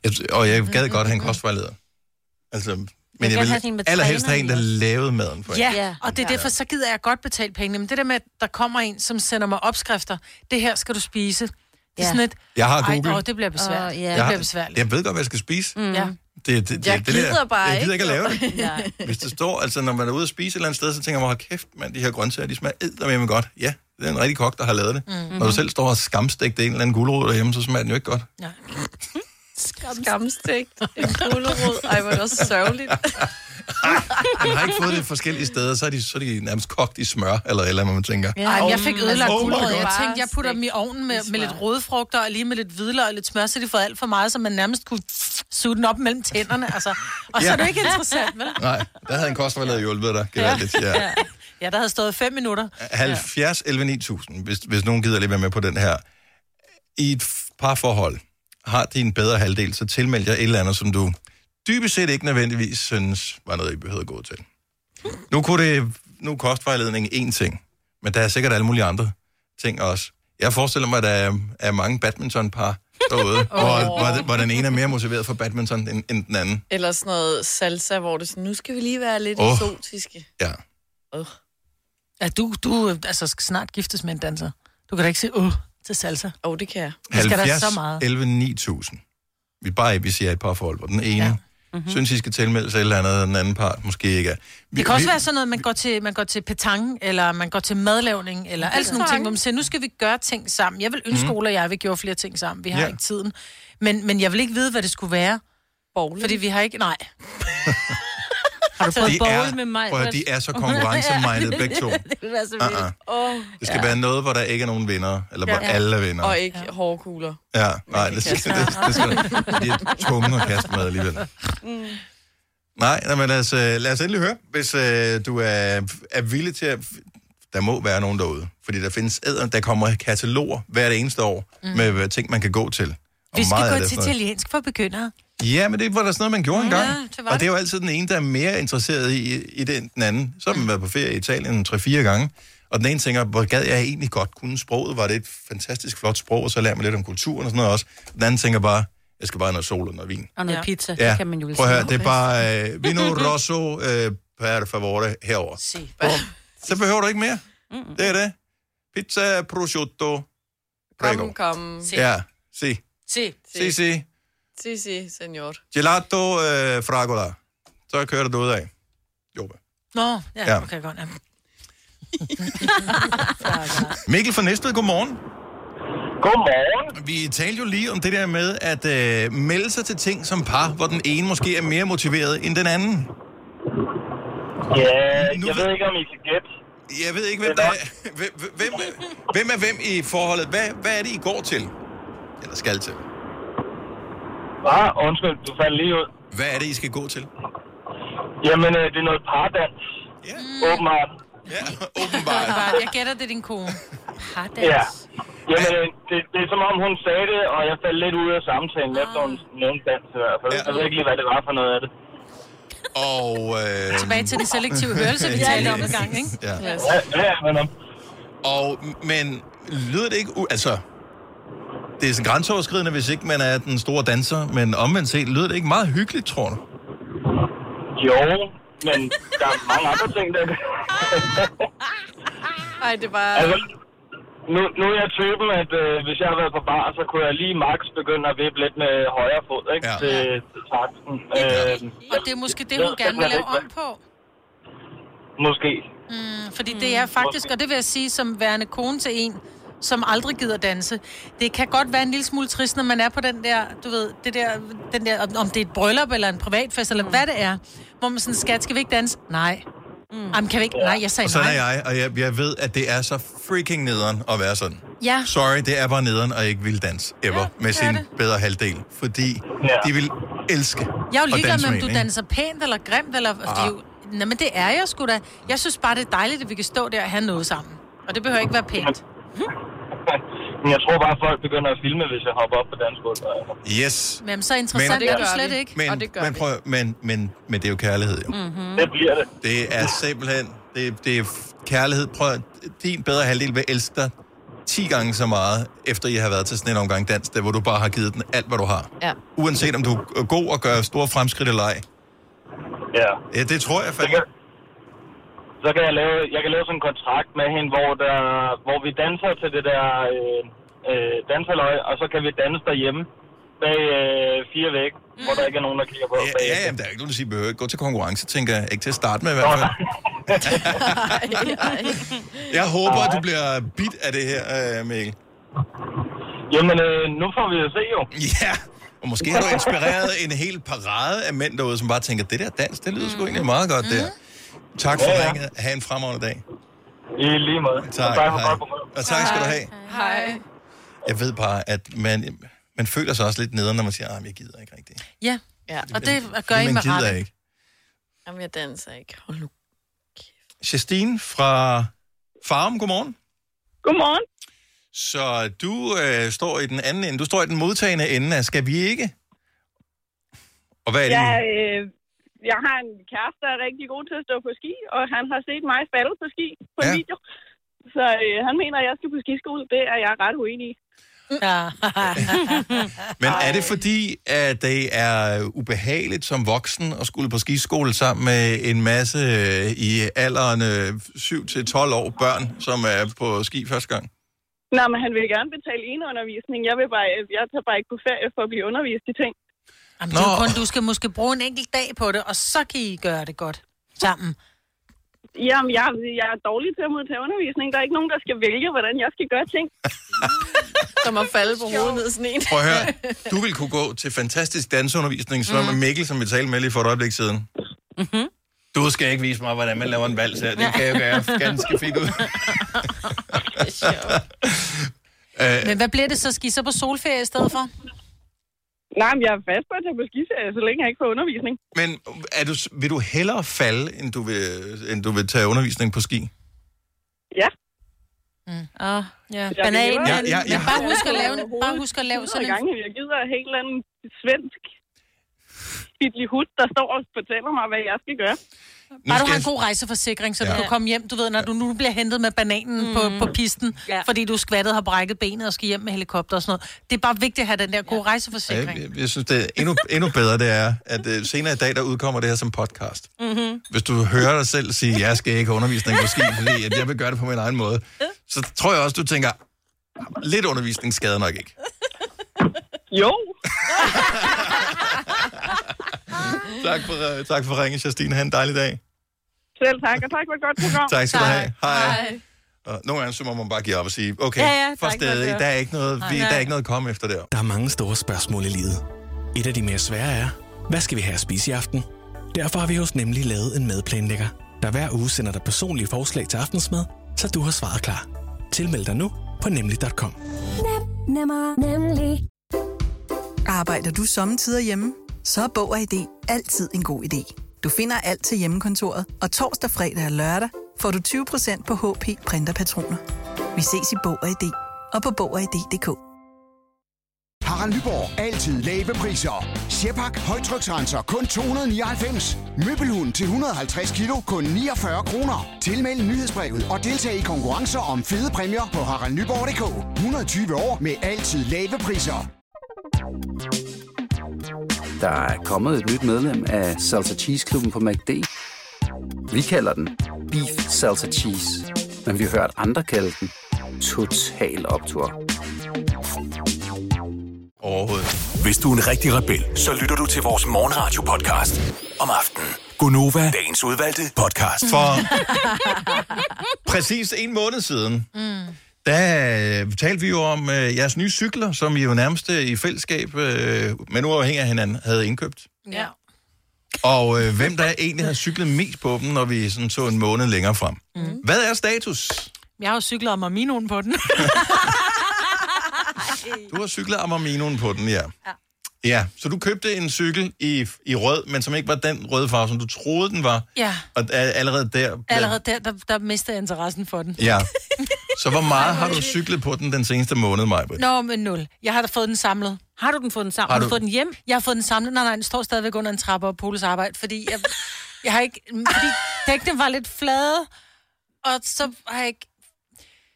Jeg, og jeg gad godt have en kostvejleder. Altså, men jeg,
gerne have sådan en
vil
med
allerhelst have en, der
træner i
lavede maden for en.
Ja,
Ja.
og det er
Ja.
derfor, så gider jeg godt betale pengene. Men det der med, at der kommer en, som sender mig opskrifter, det her skal du spise. Det er
Ja.
sådan et,
Jeg har
ej,
Google.
åh, det bliver besværligt.
Åh, ja.
Det
Jeg,
bliver besværligt.
jeg ved godt, hvad jeg skal spise. Mm.
Ja.
Det, det, det,
Jeg
det der-
gider bare
Jeg gider ikke at lave det.
Ja.
Hvis det står, altså når man er ude at spise et eller andet sted, så tænker man, hold kæft, mand, de her grøntsager, de smager eddermame godt. Ja, det er en rigtig kok, der har lavet det. Mm-hmm. Når du selv står og skamstægter en eller anden gulerod derhjemme, så smager den jo ikke godt.
Skamstegt. En gulerod. Ej, hvor er det også sørgeligt.
Man har ikke fået det forskellige steder, så er de, så er de nærmest kogt i smør, eller eller hvad man tænker. Ja.
Ej, men jeg fik ødelagt
Oh
oh
my
gulerødder.
God.
Jeg tænkte, jeg putter dem i ovnen med, med lidt rødfrugter og lige med lidt hvidløg og lidt smør, så de får alt for meget, så man nærmest kunne suge den op mellem tænderne. Altså. Og så
Ja.
er det jo ikke interessant, vel?
Nej, der havde en kostvejleder hjulpet dig, gevaldigt. Ja.
Ja. ja, der havde stået fem minutter.
70 11 9000, hvis, hvis nogen gider lidt være med på den her. I et f- parforhold har din bedre halvdel, så tilmeld jer et eller andet, som du dybest set ikke nødvendigvis synes var noget, I behøvede at gå til. Nu kunne det, nu er kostvejledning en ting, men der er sikkert alle mulige andre ting også. Jeg forestiller mig, at der er, er mange badmintonpar derude, oh. hvor, hvor, hvor den ene er mere motiveret for badminton end, end den anden.
Eller sådan noget salsa, hvor det er sådan, nu skal vi lige være lidt
Åh.
oh. eksotiske.
Ja.
Oh.
Ja, du, du øh, altså, skal snart giftes med en danser. Du kan da ikke sige, åh, til salsa.
Åh, oh, det kan jeg.
Det skal der
70,
så meget.
11, 9000. Vi er bare vi siger et par forhold, hvor den ene ja.
Ja.
mm-hmm. synes, I skal tilmelde sig et eller andet, og den anden part måske ikke er. Vi,
Det kan også
vi,
være sådan noget, man går til, man går til petang, eller man går til madlavning, eller alt sådan nogle ting, hvor man siger, nu skal vi gøre ting sammen. Jeg vil ønske, mm. Ole og jeg, vi gjorde flere ting sammen. Vi har
Mhm. Ja.
ja. ikke tiden. Men, men jeg vil ikke vide, hvad det skulle være,
Bowling.
fordi
Fordi...
vi har ikke... Nej.
Har du fået
de
bowl
er,
med mig?
prøv, at- de er så konkurrencemindede begge to.
det vil være så vildt.
Uh-uh. Det skal ja. være noget, hvor der ikke er nogen vinder, eller hvor ja. alle er vinder.
Og ikke ja. hårkugler.
Ja, nej, det, det, det, det skal de er tunge at kaste med alligevel.
Mm.
Nej, nej, men lad os, øh, lad os endelig høre, hvis øh, du er, er villig til at... Der må være nogen derude, fordi der findes æder, der kommer kataloger hvert eneste år mm. med øh, ting, man kan gå til. Og
Vi
meget af
skal
det
gå til
er sådan noget-
italiensk for begyndere.
Ja, men det var da sådan noget, man gjorde engang.
Ja, det var
og det
det.
er jo altid den ene, der er mere interesseret i, i det end den anden. Så har man været på ferie i Italien 3-4 gange, og den ene tænker, hvor gad jeg egentlig godt kunne sproget? Var det et fantastisk flot sprog, og så lærer man lidt om kulturen og sådan noget også. Den anden tænker bare, jeg skal bare have noget sol og noget vin.
Og noget
Ja.
pizza,
Ja,
det kan man jo
prøv at høre, det er bare øh, vino rosso øh, per favore herover.
Se.
Så behøver du ikke mere. Det er det. Pizza prosciutto. Prego.
Kom, kom. Si,
Ja, si.
Se.
Si, si.
si, si senor.
Gelato øh, fragola. Så kører du ud af. Jo.
Nå, ja,
Ja.
ja. okay, godt. Ja.
Mikkel fra Næstved, godmorgen.
Godmorgen.
Vi talte jo lige om det der med at øh, melde sig til ting som par, hvor den ene måske er mere motiveret end den anden.
Ja,
Nu-
jeg ved ikke, om I kan gætte.
Jeg ved ikke, hvem der er, hvem, hvem, hvem er hvem i forholdet. Hvad, hvad er det, I går til? Eller skal til?
Ah, undskyld, du faldt lige ud.
Hvad er det, I skal gå til?
Jamen, øh, det er noget pardans,
Ja,
Mm.
åbenbart.
ja åbenbart.
Jeg gætter, det er din kone.
Ja. Jamen, øh, det, det er som om, hun sagde det, og jeg faldt lidt ud af samtalen, ah. efter hun nævnte dans i hvert fald.
Ja.
Jeg ved ikke lige, hvad det var for noget af det.
Og... Øh,
Tilbage til den selektive hørelse, vi talte om i gang, ikke?
ja.
Ja, ja, men om-
Og, men lyder det ikke... U- altså, det er sådan grænseoverskridende, hvis ikke man er den store danser, men omvendt set lyder det ikke meget hyggeligt, tror du?
jo, men der er mange andre ting, der...
Ej, det var...
altså, nu, nu er jeg typen, at øh, hvis jeg har været på bar, så kunne jeg lige max begynde at vippe lidt med højre fod, ikke? Ja. Til, til takten. Øh,
Og det er måske det, hun gerne vil lave om på.
måske.
Mm, fordi det er faktisk, og det vil jeg sige som værende kone til en, som aldrig gider danse. Det kan godt være en lille smule trist, når man er på den der, du ved, det der, den der om- om det er et bryllup eller en privatfest, eller hvad det er, hvor man sådan, skat, skal vi ikke danse? Nej. Mm. Jamen, kan vi ikke? Nej, jeg sagde
Og sådan
nej.
er jeg, og jeg, jeg ved, at det er så freaking nederen at være sådan.
Ja.
Sorry, det er bare nederen og ikke vil danse ever ja, med sin bedre halvdel. Fordi ja. de vil elske
Jeg er
at
jo ligeglad
danse
med, om
en,
du
ikke?
danser pænt eller grimt, eller... Ah. Det er jo, nej, men det er jeg sgu da. Jeg synes bare, det er dejligt, at vi kan stå der og have noget sammen. Og det behøver ikke være pænt.
Men jeg tror bare, at folk begynder at filme, hvis jeg hopper op på dansk gulv.
Yes.
Men så interessant
Men-
er
Og
du
det gør
slet
vi.
ikke.
Men,
og det gør
men, prøv, men, men, men det er jo kærlighed, jo.
Mm.
Mm-hmm.
Det bliver det.
Det er simpelthen... Det, det er f- kærlighed. Prøv, at- din bedre halvdel vil elske dig 10 gange så meget, efter I har været til sådan en omgang dans, der, hvor du bare har givet den alt, hvad du har.
Ja.
Uanset om du er god og gør store fremskridt eller ej.
Ja.
Ja, det tror jeg
fandme. Så kan jeg lave, jeg kan lave sådan en kontrakt med hende, hvor, der, hvor vi danser til det der øh, øh, danserløg, og så kan vi danse derhjemme bag øh, fire væg, mm. hvor der ikke er nogen, der kigger på os
Ja, ja, jamen, der er ikke nogen, der siger, at I behøver ikke gå til konkurrence, tænker jeg. Ikke til at starte med i hvert fald. Jeg håber, at du bliver bit af det her, øh, Mikkel.
Jamen, øh, nu får vi at se jo.
Ja, og måske har du inspireret en hel parade af mænd derude, som bare tænker, det der dans, det lyder sgu egentlig meget godt der. Tak for
Ja, ja.
ringet. Ha' en fremragende dag.
I lige måde.
Tak.
Og tak for
hej.
godt program.
Og tak skal du have.
Hej.
Jeg ved bare, at man, man føler sig også lidt nederen, når man siger, at jeg gider ikke rigtigt.
Ja.
ja.
Og det gør
Fordi
I
man
med
gider
rette.
ikke.
Jamen, jeg danser ikke. Hold nu.
Justine fra Farum, godmorgen.
Godmorgen.
Så du øh, står i den anden ende. Du står i den modtagende ende af, skal vi ikke? Og hvad er det?
Jeg,
Ja,
øh, jeg har en kæreste, der er rigtig god til at stå på ski, og han har set mig falde på ski på ja. video. Så øh, han mener, at jeg skal på skiskole. Det er jeg ret uenig i.
Ja.
Men er det fordi, at det er ubehageligt som voksen at skulle på skiskole sammen med en masse øh, i alderen øh, 7-12 år børn, som er på ski første gang?
Nå, men han vil gerne betale eneundervisning. Jeg, vil bare, jeg tager bare ikke på ferie for at blive undervist i ting.
Jamen, det er jo kun, du skal måske bruge en enkelt dag på det, og så kan I gøre det godt sammen.
Jamen, jeg, jeg er dårlig til at modtage undervisning. Der er ikke nogen, der skal vælge, hvordan jeg skal gøre ting.
Som at falde på hovedet ned i sådan en.
Prøv at høre, du vil kunne gå til fantastisk danseundervisning, som mm. Mikkel, som vi talte med lige for et øjeblik siden. Mm-hmm. Du skal ikke vise mig, hvordan man laver en vals her. Det kan jeg gøre ganske fint ud. Øh,
Men hvad bliver det så? Skal I så på solferie i stedet for?
Nej, men jeg er fast på at tage på skiserie, så længe jeg ikke får undervisning.
Men er du, vil du hellere falde, end du vil, end du vil tage undervisning på ski?
Ja.
Åh, ja.
Jeg
Banan.
gider-
Ja, ja, ja.
Men bare husk at lave, bare husk at lave sådan
en...
en...
Gange, jeg gider en helt anden svensk fidlig hud, der står og fortæller mig, hvad jeg skal gøre.
Bare du har en god rejseforsikring, så du
Ja.
kan komme hjem, du ved, når du nu bliver hentet med bananen på, på pisten, fordi du skvattet har brækket benet og skal hjem med helikopter og sådan noget. Det er bare vigtigt at have den der gode rejseforsikring.
Jeg, jeg synes, det er endnu, endnu bedre, det er, at uh, senere i dag, der udkommer det her som podcast.
Mm-hmm.
Hvis du hører dig selv sige, jeg skal ikke have undervisning på ski, fordi at jeg vil gøre det på min egen måde, så tror jeg også, du tænker, lidt undervisning skader nok ikke.
Jo.
Tak for, uh, tak for ringen, Justine. Ha' en dejlig dag.
Selv tak, og tak for et godt program.
Tak skal du have. Hej. Og nogle gange, så må man bare give op og sige, okay,
Ja, ja, der er
for
ikke noget at
stadig,
gøre.
der er ikke noget, vi,
Nej.
der er ikke noget at komme efter der.
Der er mange store spørgsmål i livet. Et af de mere svære er, hvad skal vi have at spise i aften? Derfor har vi hos Nemlig lavet en madplanlægger, der hver uge sender dig personlige forslag til aftensmad, så du har svaret klar. Tilmeld dig nu på nemlig.com.
Nem, nemmer, nemlig. Arbejder du sommetider hjemme? Så er Bog og ID altid en god idé. Du finder alt til hjemmekontoret, og torsdag, fredag og lørdag får du 20% på HP Printerpatroner. Vi ses i Bog og ID og på Bog og ID.dk.
Harald Nyborg. Altid lave priser. Sjehpak. Højtryksrenser. Kun 299. Møbelhund til 150 kilo. Kun 49 kroner. Tilmeld nyhedsbrevet og deltag i konkurrencer om fede præmier på haraldnyborg.dk. 120 år med altid lave priser.
Der er kommet et nyt medlem af Salsa Cheese Klubben på MACD. Vi kalder den Beef Salsa Cheese, men vi har hørt andre kalde den Total Optor.
Overhovedet.
Hvis du er en rigtig rebel, så lytter du til vores morgenradio-podcast om aftenen. Gunova, dagens udvalgte podcast.
For præcis en måned siden,
Mm.
der øh, talte vi jo om øh, jeres nye cykler, som I jo nærmest øh, i fællesskab, øh, men uafhængig af hinanden, havde indkøbt.
Ja.
Og øh, hvem der egentlig havde cyklet mest på dem, når vi sådan så en måned længere frem. Mm. Hvad er status?
Jeg har jo cyklet om Aminoen på den.
Du har cyklet Amaminoen på den, ja. ja. Ja, så du købte en cykel i, i rød, men som ikke var den røde farve, som du troede, den var.
ja.
Og a- allerede der...
Allerede der, der, der mistede jeg interessen for den.
Ja. Så hvor meget har du cyklet på den den seneste måned, Majbrit?
Nå, men nul. Jeg har da fået den samlet. Har du den fået den samlet?
Har du- Har du fået
den hjem? Jeg har fået den samlet. Nej, nej, den står stadigvæk under en trappe op på Poles arbejde, fordi jeg, jeg har ikke... Fordi dækkene var lidt flade, og så har jeg ikke...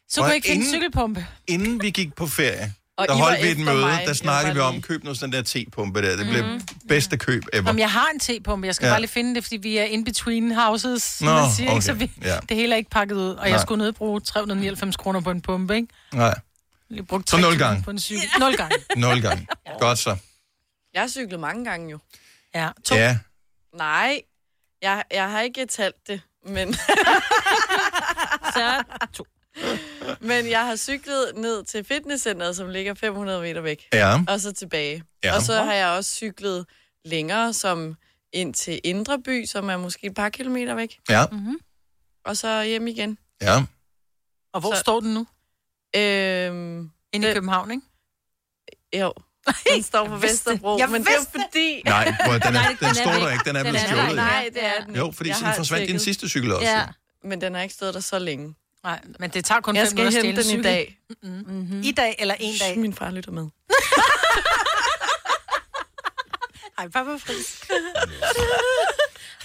Så
Prøv
kunne jeg
at
ikke finde en
inden-
cykelpumpe.
Inden vi gik på ferie,
Og
og
I
der
var
holdt vi et
efter
møde,
mig,
mig. der
jeg
snakkede
var
vi om,
lige-
køb noget sådan den der tepumpe der. Det blev
Mhm.
bedste køb ever.
Jamen, jeg har en tepumpe. Jeg skal
Ja.
ja. bare lige finde det, fordi vi er in between houses, som
Nå,
man siger,
okay.
ikke? Så vi,
Ja.
ja. det hele er ikke pakket ud. Og Nej.
Nej.
jeg skulle nedbruge 399 kroner på en pumpe, ikke?
Nej,
Jeg brugte
Så
3.000
nul gange.
På en cykel. Nul gange.
nul gange. Godt så.
Jeg har cyklet mange gange jo.
Ja,
To. Ja,
Nej, jeg, jeg har ikke talt det, men...
Så
to. Men jeg har cyklet ned til fitnesscenteret, som ligger 500 meter væk.
Ja.
Og så tilbage.
Ja.
Og så har jeg også cyklet længere, som ind til Indre By, som er måske et par kilometer væk.
Ja.
Mm-hmm. Og så hjem igen.
ja.
Og hvor
så...
står den nu?
Øhm,
Inde i København, ikke?
Jo. Den står på
Jeg vidste det.
Vesterbro,
Jeg
men det er
vidste det.
fordi...
Nej, prøv, den, er,
Nej,
den står der ikke. Den er blevet
der
stjålet.
ikke. Nej, det er den.
Jo, fordi
Jeg
sådan
har
forsvandt din
tjekket.
sidste cykel også. Ja.
Men den har ikke stået der så længe.
Nej, men det tager kun
Jeg
fem
skal
minutter at
hente
stjæle
den i
en
dag.
cykel. Mm-hmm. I dag eller en dag?
Min far lytter med.
Ej, bare var fri.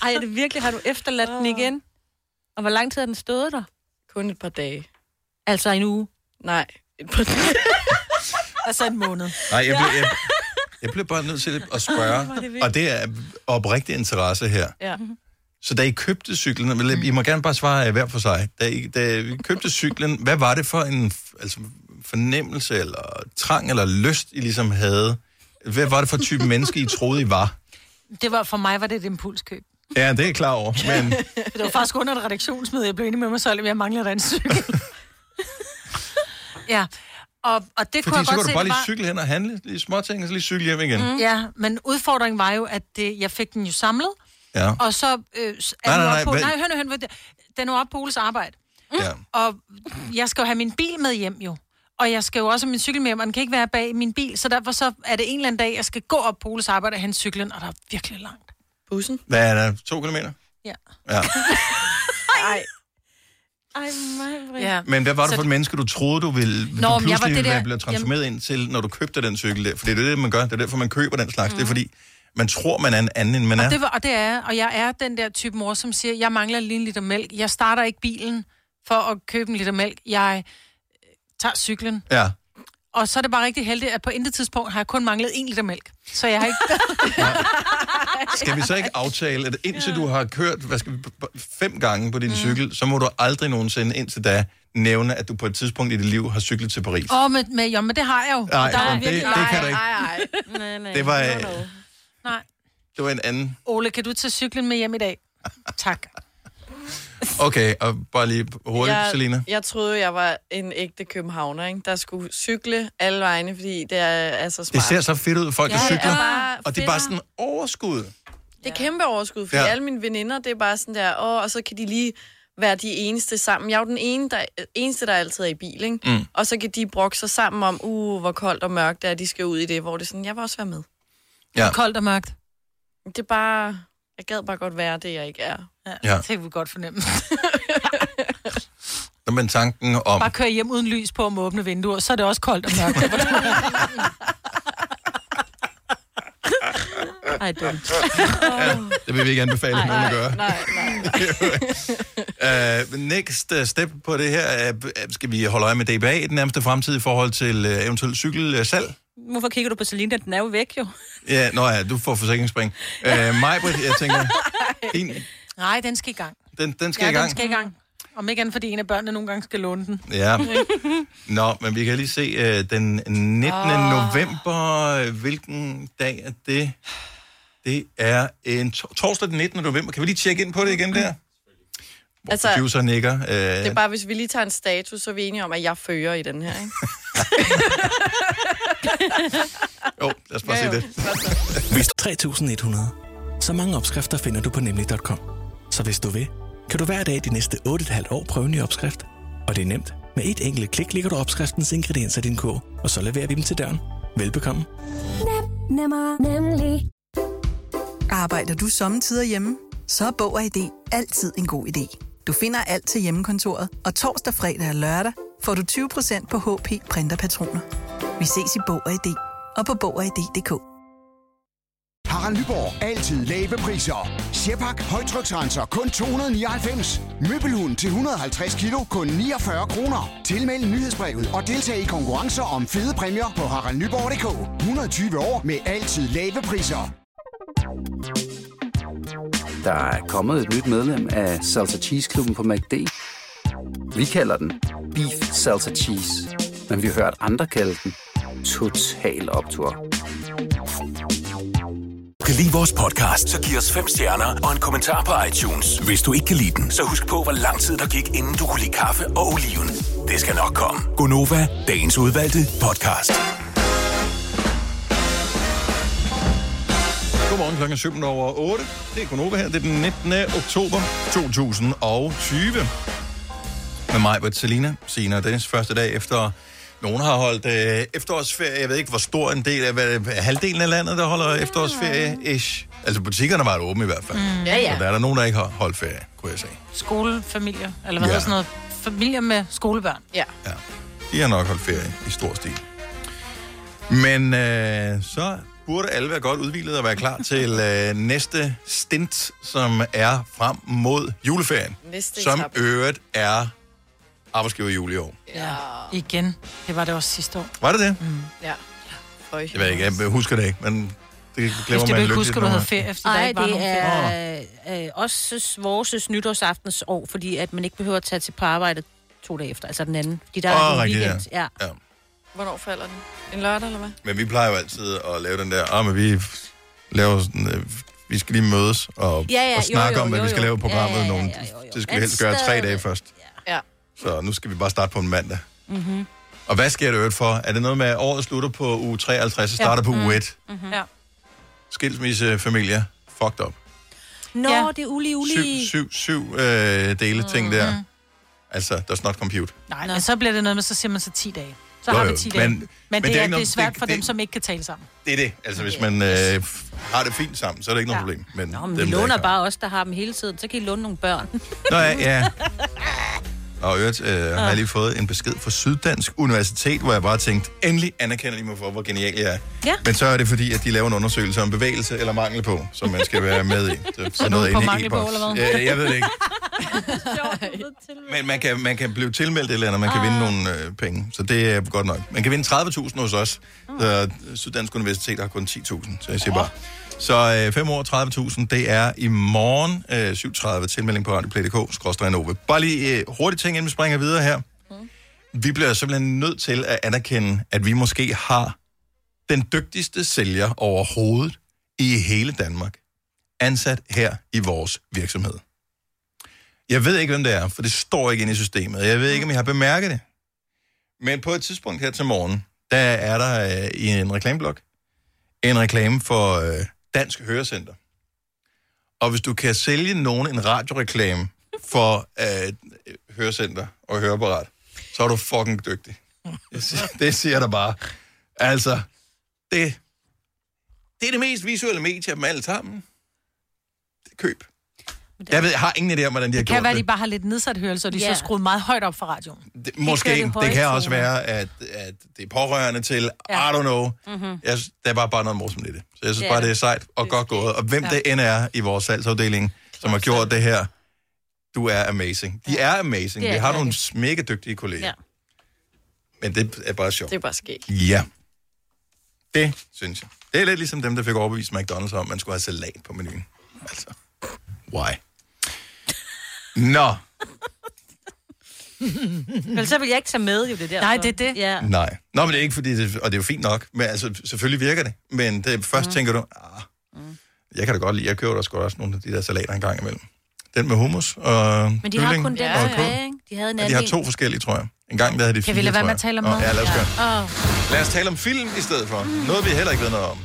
Ej, er det virkelig? Har du efterladt den igen? Og hvor lang tid har den stået der?
Kun et par dage.
Altså en uge?
Nej, et par dage.
altså en måned.
Nej, jeg blev, jeg, jeg blev bare nødt til at spørge,
Ah, Hvor er det vildt.
og det er oprigtig interesse her.
Ja.
Så da I købte cyklen, eller I må gerne bare svare øh, hver for sig, da I, da I købte cyklen, hvad var det for en f- altså, fornemmelse, eller trang, eller lyst, I ligesom havde? Hvad var det for type menneske, I troede, I var?
Det var, for mig var det et impulskøb.
Ja, det er jeg klar over, men
Det var faktisk under et redaktionsmøde, jeg blev enig med mig selv, at jeg manglede da en cykel. ja, og, og det kunne
fordi
jeg
så
godt
kunne
se,
du bare
det
lige
var...
cykle hen og handle, lige småting, og så lige cykle hjem igen.
Mm. Ja, men udfordringen var jo, at det, jeg fik den jo samlet,
Ja.
og så øh, s- er
Nej,
den
nej,
jo oppe
nej,
på...
vent.
Nej, hør nu, hør nu, den er jo oppe på Oles arbejde.
Ja.
Og jeg skal jo have min bil med hjem jo. Og jeg skal jo også have min cykel med hjem, og den kan ikke være bag i min bil. Så derfor så er det en eller anden dag, jeg skal gå op på Oles arbejde og hente cyklen, og der er virkelig langt.
Bussen?
Hvad er der? To kilometer?
Ja.
Ja.
Ej.
Ej, mig,
ja.
Men hvad var det for et menneske, du troede, du ville
men
Nå, du
jeg
pludselig
var det
ville
der-
være blevet transformeret ind til, når du købte den cykel der? For det er det, man gør. Det er derfor, man køber den slags. Mm. Det er fordi, man tror, man er en anden, end man er.
Og det, var, og det er jeg, og jeg er den der type mor, som siger, jeg mangler lige en liter mælk. Jeg starter ikke bilen for at købe en liter mælk. Jeg øh, tager cyklen.
Ja.
Og så er det bare rigtig heldigt, at på intet tidspunkt har jeg kun manglet en liter mælk. Så jeg har ikke...
Skal vi så ikke aftale, at indtil du har kørt hvad skal vi, b- b- fem gange på din mm. cykel, så må du aldrig nogensinde indtil da nævne, at du på et tidspunkt i dit liv har cyklet til Paris.
Åh, oh, med, med, jo, men det har jeg jo.
Nej,
der er
det-
virkelig-
det kan du ikke.
Nej, nej, nej. nej.
Det var, øh,
Nej.
Det var en anden.
Ole, kan du tage cyklen med hjem i dag? Tak.
Okay, og bare lige hurtigt,
jeg,
Selina.
Jeg troede, jeg var en ægte københavner, ikke? der skulle cykle alle vegne, fordi det er, er så smart.
Det ser så fedt ud, folk der
Ja, det er
cykler.
bare
Og det er
fedt.
bare sådan overskud.
Det er kæmpe overskud, fordi
Ja.
ja. alle mine veninder, det er bare sådan der, åh, og så kan de lige være de eneste sammen. Jeg er jo den ene, der, eneste, der altid er i bil, ikke?
Mm.
Og så kan de brokke sig sammen om, uh, hvor koldt og mørkt det er, de skal ud i det, hvor det er sådan, jeg vil også være med.
Ja.
Koldt og mørkt.
Det er bare, jeg gad bare godt være det, jeg ikke er.
Ja.
Det kan vi godt fornemme.
Når man tanken om...
Bare køre hjem uden lys på og må åbne vinduer, så er det også koldt og mørkt.
Ej, dumt.
Ja, det vil vi ikke anbefale
Nej,
nogen at
nej,
gøre.
Nej,
Uh, next øh, step på det her, er, øh, skal vi holde øje med DBA i den nærmeste fremtid i forhold til uh, eventuelt cykelsalg?
Hvorfor kigger du på Selina? Den er jo væk, jo.
Øh, Ja, nå ja, du får forsikringsspring. Uh, Majbrit, jeg tænker, din
Nej, den skal i gang.
Den, den skal
ja,
i gang.
den skal i gang. Om ikke andet, fordi en af børnene nogle gange skal låne den.
Ja. Nå, men vi kan lige se øh, den 19.
Åh.
november. øh, Hvilken dag er det? Det er en to- torsdag den 19. november. Kan vi lige tjekke ind på det igen der?
Altså,
Producer nikker. Øh,
det er bare, hvis vi lige tager en status, så er vi enige om, at jeg fører i den her, ikke?
Jo, lad os bare
Ja,
se
jo.
det.
Hvis 3.100. Så mange opskrifter finder du på nemlig.com. Så hvis du vil, kan du hver dag de næste 8,5 år prøve en ny opskrift. Og det er nemt. Med et enkelt klik ligger du opskriftens ingredienser i din kog, og så leverer vi dem til døren. Velbekomme.
Nem, nemmer, nemlig. Arbejder du sommetider hjemme? Så er Bog og ID altid en god idé. Du finder alt til hjemmekontoret, og torsdag, fredag og lørdag får du 20% på HP printerpatroner. Vi ses i Bog og ID og på Bog og ID.dk.
Harald Nyborg. Altid lave priser. Sjehpak. Højtryksrenser. Kun 299. Møbelhund til 150 kilo. Kun 49 kroner. Tilmeld nyhedsbrevet og deltag i konkurrencer om fede præmier på haraldnyborg.dk. 120 år med altid lave priser.
Der er kommet et nyt medlem af Salsa Cheese Klubben på MACD. Vi kalder den Beef Salsa Cheese, men vi har hørt andre kalde den Total Optor.
Kan lide vores podcast, så giv os fem stjerner og en kommentar på iTunes. Hvis du ikke kan lide den, så husk på, hvor lang tid der gik, inden du kunne lide kaffe og oliven. Det skal nok komme.
Gonova,
Dagens udvalgte podcast.
Godmorgen klokken er 7 over 8. Det er Konoba her. Det er den 19. oktober 2020. Med mig, Britt, Selina, Sina og Dennis. Første dag efter... Nogen har holdt øh, efterårsferie. Jeg ved ikke, hvor stor en del af... Hvad, halvdelen af landet, der holder efterårsferie-ish. Altså, butikkerne var åbne i hvert fald.
Mm, ja, ja.
Så der er der nogen, der ikke har holdt ferie, kunne jeg sige.
Skolefamilier, eller hvad
Ja.
ja. hedder sådan noget? Familier med skolebørn.
Ja.
De har nok holdt ferie i stor stil. Men øh, så burde alle være godt udvilet og være klar til øh, næste stint, som er frem mod juleferien.
Næste
som
etape.
øvrigt er arbejdsgiver jul i år.
Ja. Igen. Det var det også sidste år.
Var det det?
Mm.
Ja. Øj.
Jeg ved ikke, jeg husker det ikke, men det
Hvis
glemmer
du
man
ikke
lykkeligt.
husker, du
når
havde
man-
ferie efter, der
Nej,
ikke var
det
nogen
er øh, også vores nytårsaftens år, fordi at man ikke behøver at tage til på arbejde to dage efter, altså den anden. Fordi der
Åh,
er en
rigtigt,
weekend.
ja.
Ja.
Ja.
Hvornår falder den? En lørdag, eller hvad?
Men vi plejer jo altid at lave den der, ah, men vi laver sådan, øh, vi skal lige mødes og,
Ja, ja,
og
jo,
snakke
jo,
om, hvad
jo,
vi skal
jo.
lave i programmet.
Ja, ja, ja,
Nogen, Det skal vi
Men
helst gøre tre dage
stadigvæk.
først.
Ja.
Så nu skal vi bare starte på en mandag.
Mm-hmm.
Og hvad sker der øvrigt for? Er det noget med, at året slutter på uge 53 og starter ja. på uge 1?
Mm-hmm. Ja.
Skilsmisse, familie, fucked up.
Nå, ja. det er ulige, ulige.
Syv, syv, syv øh, dele ting
Mm-hmm.
der. Altså, does not compute.
Nej, men så bliver det noget med, så siger man så 10 dage. Så
Jo,
jo, har
jo,
vi 10
men-
dage.
men
Men,
det
men
er
det, det, er,
ikke
det er
noget-
svært
det-
for dem,
det-
som ikke kan tale sammen.
Det er det. Altså, hvis man øh, f- har det fint sammen, så er det ikke noget
Ja.
problem. Men
Nå, men vi
dem, der ikke
låner
har-
bare os, der har dem hele tiden. Så kan I låne nogle børn.
Nå ja, ja. Og i øvrigt øh, har jeg lige fået en besked fra Syddansk Universitet, hvor jeg bare tænkte, endelig anerkender de mig for, hvor genial jeg er.
Ja.
Men så er det fordi, at de laver en undersøgelse om bevægelse eller mangel på, som man skal være med i. Så,
Så er du på
inde i
mangel på,
e-boks.
eller hvad?
Øh, jeg ved det ikke. Men man kan, man kan blive tilmeldt et eller andet, man
Ah.
kan vinde nogle øh, penge, så det er godt nok. Man kan vinde 30.000 hos os. Så Syddansk Universitet har kun 10.000, så jeg siger bare. Så øh, 5 år 30.000, det er i morgen øh, 7.30, tilmelding på radioplay.dk, skråstrej Nova. Bare lige øh, hurtigt ting, inden vi springer videre her. Vi bliver simpelthen nødt til at anerkende, at vi måske har den dygtigste sælger overhovedet i hele Danmark ansat her i vores virksomhed. Jeg ved ikke, hvem det er, for det står ikke inde i systemet. Jeg ved ikke, om I har bemærket det. Men på et tidspunkt her til morgen, der er der øh, i en reklameblok en reklame for øh, Dansk Hørecenter. Og hvis du kan sælge nogen en radioreklame for øh, hørecenter og høreapparat, så er du fucking dygtig. Jeg siger, det siger der bare. Altså, det, det er det mest visuelle medie af dem alle sammen. Det er køb. Jeg ved, jeg har ingen idé om, hvordan de har
Det
gjort
kan være,
det.
de bare har lidt nedsat hørelse, og de
Ja.
så skruet meget højt op for radioen.
Det, måske.
kører det i
Det,
høje
kan også
toner.
være, at, at det er pårørende til, ja.
Ja.
I don't know.
Mhm.
Jeg, synes- der var bare noget morsomt i det. Så jeg synes
Ja.
bare, det er sejt og godt gået. Og hvem ja.
Ja.
det end er i vores salgsafdeling, som har gjort det her, du er amazing. De er amazing.
Det er
Vi har
de
nogle mega dygtige kolleger.
Ja.
Men det er bare sjovt.
Det er bare skægt.
Ja. Det synes jeg. Det er lidt ligesom dem, der fik overbevist McDonald's om, at man skulle have salat på menuen. Altså, why? Nå,
Men så vil jeg ikke tage med, jo det der.
Nej, det er det.
Ja.
nej. Nå, men det er ikke fordi, det, og det er jo fint nok, men altså, selvfølgelig virker det. Men det, først mm. tænker du, ah, jeg kan da godt lide, jeg køber da sgu også nogle af de der salater en gang imellem. Den med hummus og
Men de har
kylling
kun den øh,
og
ja,
kål.
tilbage, ikke? De havde en
Ja, de har to forskellige, tror jeg. En gang der havde de fire,
Kan vi lade være med at
tror jeg.
tale om
Nå,
mad?
Ja, lad os gøre.
Åh.
Lad os tale om film i stedet for. Noget, vi heller ikke ved noget om.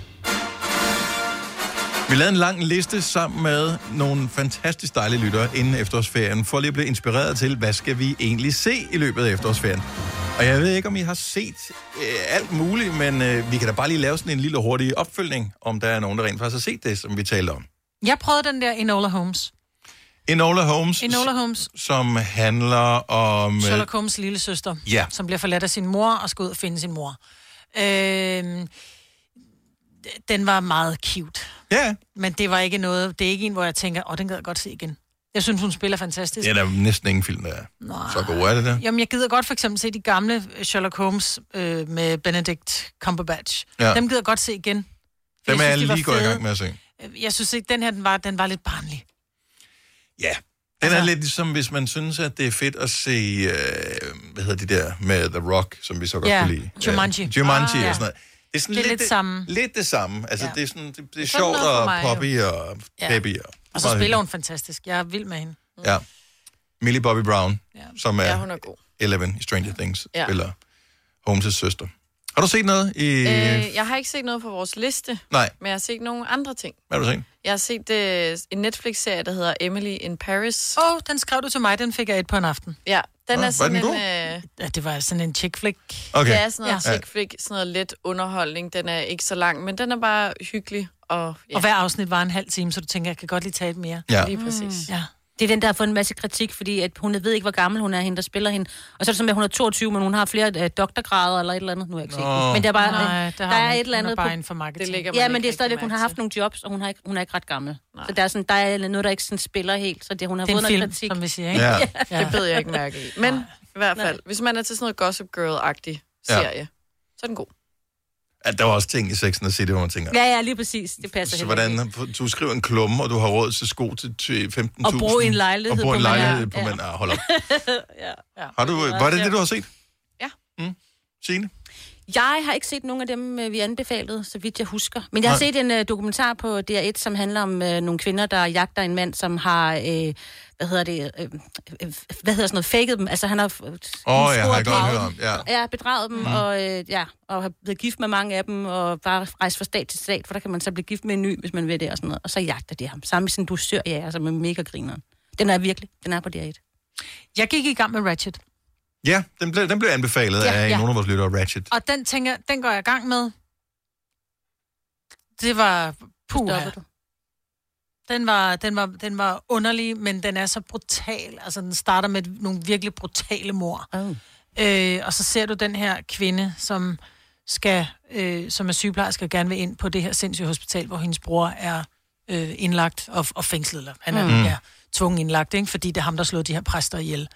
Vi lavede en lang liste sammen med nogle fantastisk dejlige lyttere inden efterårsferien, for lige at blive inspireret til, hvad skal vi egentlig se i løbet af efterårsferien. Og jeg ved ikke, om I har set øh, alt muligt, men øh, vi kan da bare lige lave sådan en lille hurtig opfølgning, om der er nogen, der rent faktisk har set det, som vi talte om.
Jeg prøvede den der Enola Holmes.
Enola Holmes,
Enola Holmes,
som handler om... øh,
Sherlock Holmes' lille søster,
Ja.
som bliver forladt af sin mor og skal ud og finde sin mor. Øhm, den var meget cute.
Ja.
Men det var ikke noget, det er ikke en, hvor jeg tænker, åh, oh, den gad jeg godt se igen. Jeg synes, hun spiller fantastisk.
Ja, der er næsten ingen film, der er.
Nå.
Så god er det der.
Jamen, jeg gider godt for eksempel se de gamle Sherlock Holmes øh, med Benedict Cumberbatch.
Ja.
Ja. Dem gider jeg godt se igen. For
Dem er
synes,
jeg
de var
lige gået i
fede.
gang med at se.
Jeg synes ikke, den her, den var, den var lidt barnlig.
Ja. Den
Altså-
er lidt ligesom, hvis man synes, at det er fedt at se, øh, hvad hedder de der, med The Rock, som vi så godt
Ja,
kan lide.
Jumanji.
Ja, Jumanji
Ah.
og sådan noget. Det er, sådan
Det er lidt
det,
samme.
Lidt det samme. Altså, ja.
Ja.
det er, sådan, det, det
Sådan
er sjovt
noget for
og
mig, jo.
poppy og
Ja.
baby. Og,
Og så spiller hun fantastisk. Jeg er vild med hende.
hun. Ja. Millie Bobby Brown, ja. som er,
Ja, hun er god.
Eleven i Stranger Things,
Ja.
ja. spiller Holmes' søster. Har du set noget i... Øh,
Øh, jeg har ikke set noget på vores liste,
Nej.
men jeg har set nogle andre ting.
Hvad har du set?
Jeg har set øh, en Netflix-serie, der hedder Emily in Paris.
Åh, oh, den skrev du til mig, den fik jeg et på en aften.
Ja, den
Nå,
er
var
sådan
den
en...
god?
Øh,
Ja, det var sådan en chick flick.
okay. Det er sådan noget ja. chick flick, sådan noget let underholdning. Den er ikke så lang, men den er bare hyggelig. Og, ja.
Og hver afsnit var en halv time, så du tænker, jeg kan godt lige tage et mere.
Ja.
Lige præcis.
Ja.
Det er den, der har fået en masse kritik, fordi at hun ved ikke, hvor gammel hun er, hende der spiller hende. Og så er det som, at hun er 22, men hun har flere øh, doktorgrader eller et eller andet. Nu har jeg ikke set
Nå.
den. Men der er bare,
Nej, det
der
har
er
hun
et
ikke.
eller
Hun er
andet...
bare
på-
inden for marketing. Det ligger man
ja,
ikke
men det er
rigtig
stadigvæk, hun
mærke
har haft nogle jobs, og hun har ikke, hun er ikke ret gammel. Nej. Så der er, sådan, der er noget, der ikke sådan spiller helt, så det, hun har
Det er en
fået noget
film,
kritik.
som vi siger,
ikke? Ja.
Ja.
Det beder jeg ikke mærke i. Men i hvert fald, hvis man er til sådan noget Gossip Girl-agtig
Ja.
serie, så er den god.
at der var også ting i Sex and the City, hvor man tænker,
Ja, ja, lige præcis. Det passer
Så
heller ikke.
hvordan, du skriver en klumme, og du har råd til sko til til 15.000.
Og bruge en lejlighed
og bruge en
på
lejlighed
mandag.
på
Ja.
mandag. Ja. Hold op.
ja. ja.
Har du, var det det, du har set?
Ja.
Mm. Signe?
Jeg har ikke set nogen af dem, øh, vi anbefalede, så vidt jeg husker. Men jeg har
Nej.
set en uh, dokumentar på DR1, som handler om uh, nogle kvinder, der jagter en mand, som har, uh, hvad hedder det, uh, hvad hedder sådan noget, faked dem. Altså han har... Åh,
Åh, ja, har jeg godt hørt om. Ja. Mhm.
Ja, bedraget dem, mm. og, øh, ja, og har blevet gift med mange af dem, og bare rejst fra stat til stat, for der kan man så blive gift med en ny, hvis man vil det, og sådan noget. Og så jagter de ham. Sammen med sin dusør, ja, altså med mega grineren. Den er virkelig, den er på DR1.
Jeg gik i gang med Ratchet.
Ja, den blev, den blev anbefalet ja,
Ja,
af ja.
ja.
nogle af vores lyttere, Ratchet.
Og den tænker jeg, den går jeg i gang med. Det var puha. Den var, den, var, den var underlig, men den er så brutal. Altså, den starter med nogle virkelig brutale mor.
Oh.
Øh, og så ser du den her kvinde, som, skal, øh, som er sygeplejerske og gerne vil ind på det her sindssyge hospital, hvor hendes bror er øh, indlagt og, og fængslet. Eller. Han er,
Mm.
mm. er tvungen indlagt, ikke? fordi det er ham, der slog de her præster ihjel.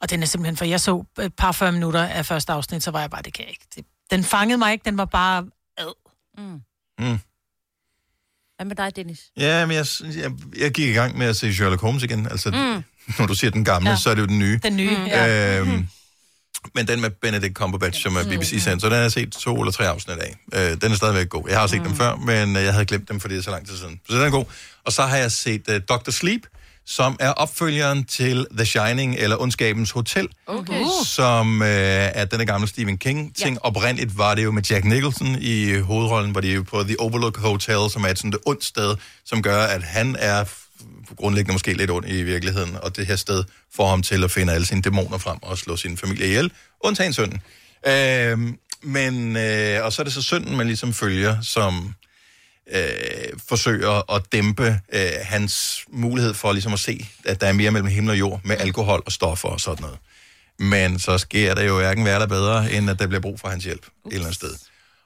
Og den er simpelthen, for jeg så et par 40 minutter af første afsnit, så var jeg bare, det kan jeg ikke. Det, den fangede mig ikke, den var bare ad.
Mm.
Mm.
Hvad med dig, Dennis?
Ja, men jeg, jeg, jeg gik i gang med at se Sherlock Holmes igen. Altså, mm.
Mm.
når du siger den gamle, ja.
Ja.
så er det jo den nye.
Den nye, Mm. ja.
Øhm, men den med Benedict Cumberbatch, som er BBC sendt, så den har jeg set to eller tre afsnit af. Øh, den er stadigvæk god. Jeg har set mm. dem før, men øh, jeg havde glemt dem, fordi det er så lang tid siden. Så den er god. Og så har jeg set uh, Dr. Sleep, som er opfølgeren til The Shining, eller Undskabens Hotel,
Okay.
som øh, er den gamle Stephen King-ting. Ja. Oprindeligt var det jo med Jack Nicholson i øh, hovedrollen, var det jo på The Overlook Hotel, som er et sådan et ondt sted, som gør, at han er f- grundlæggende måske lidt ond i virkeligheden, og det her sted får ham til at finde alle sine dæmoner frem og slå sin familie ihjel, undtagen sønnen. Øh, men, øh, og så er det så sønnen, man ligesom følger, som øh, forsøger at dæmpe øh, hans mulighed for ligesom at se, at der er mere mellem himmel og jord med alkohol og stoffer og sådan noget. Men så sker der jo hverken værre eller bedre, end at der bliver brug for hans hjælp Ups. et eller andet sted.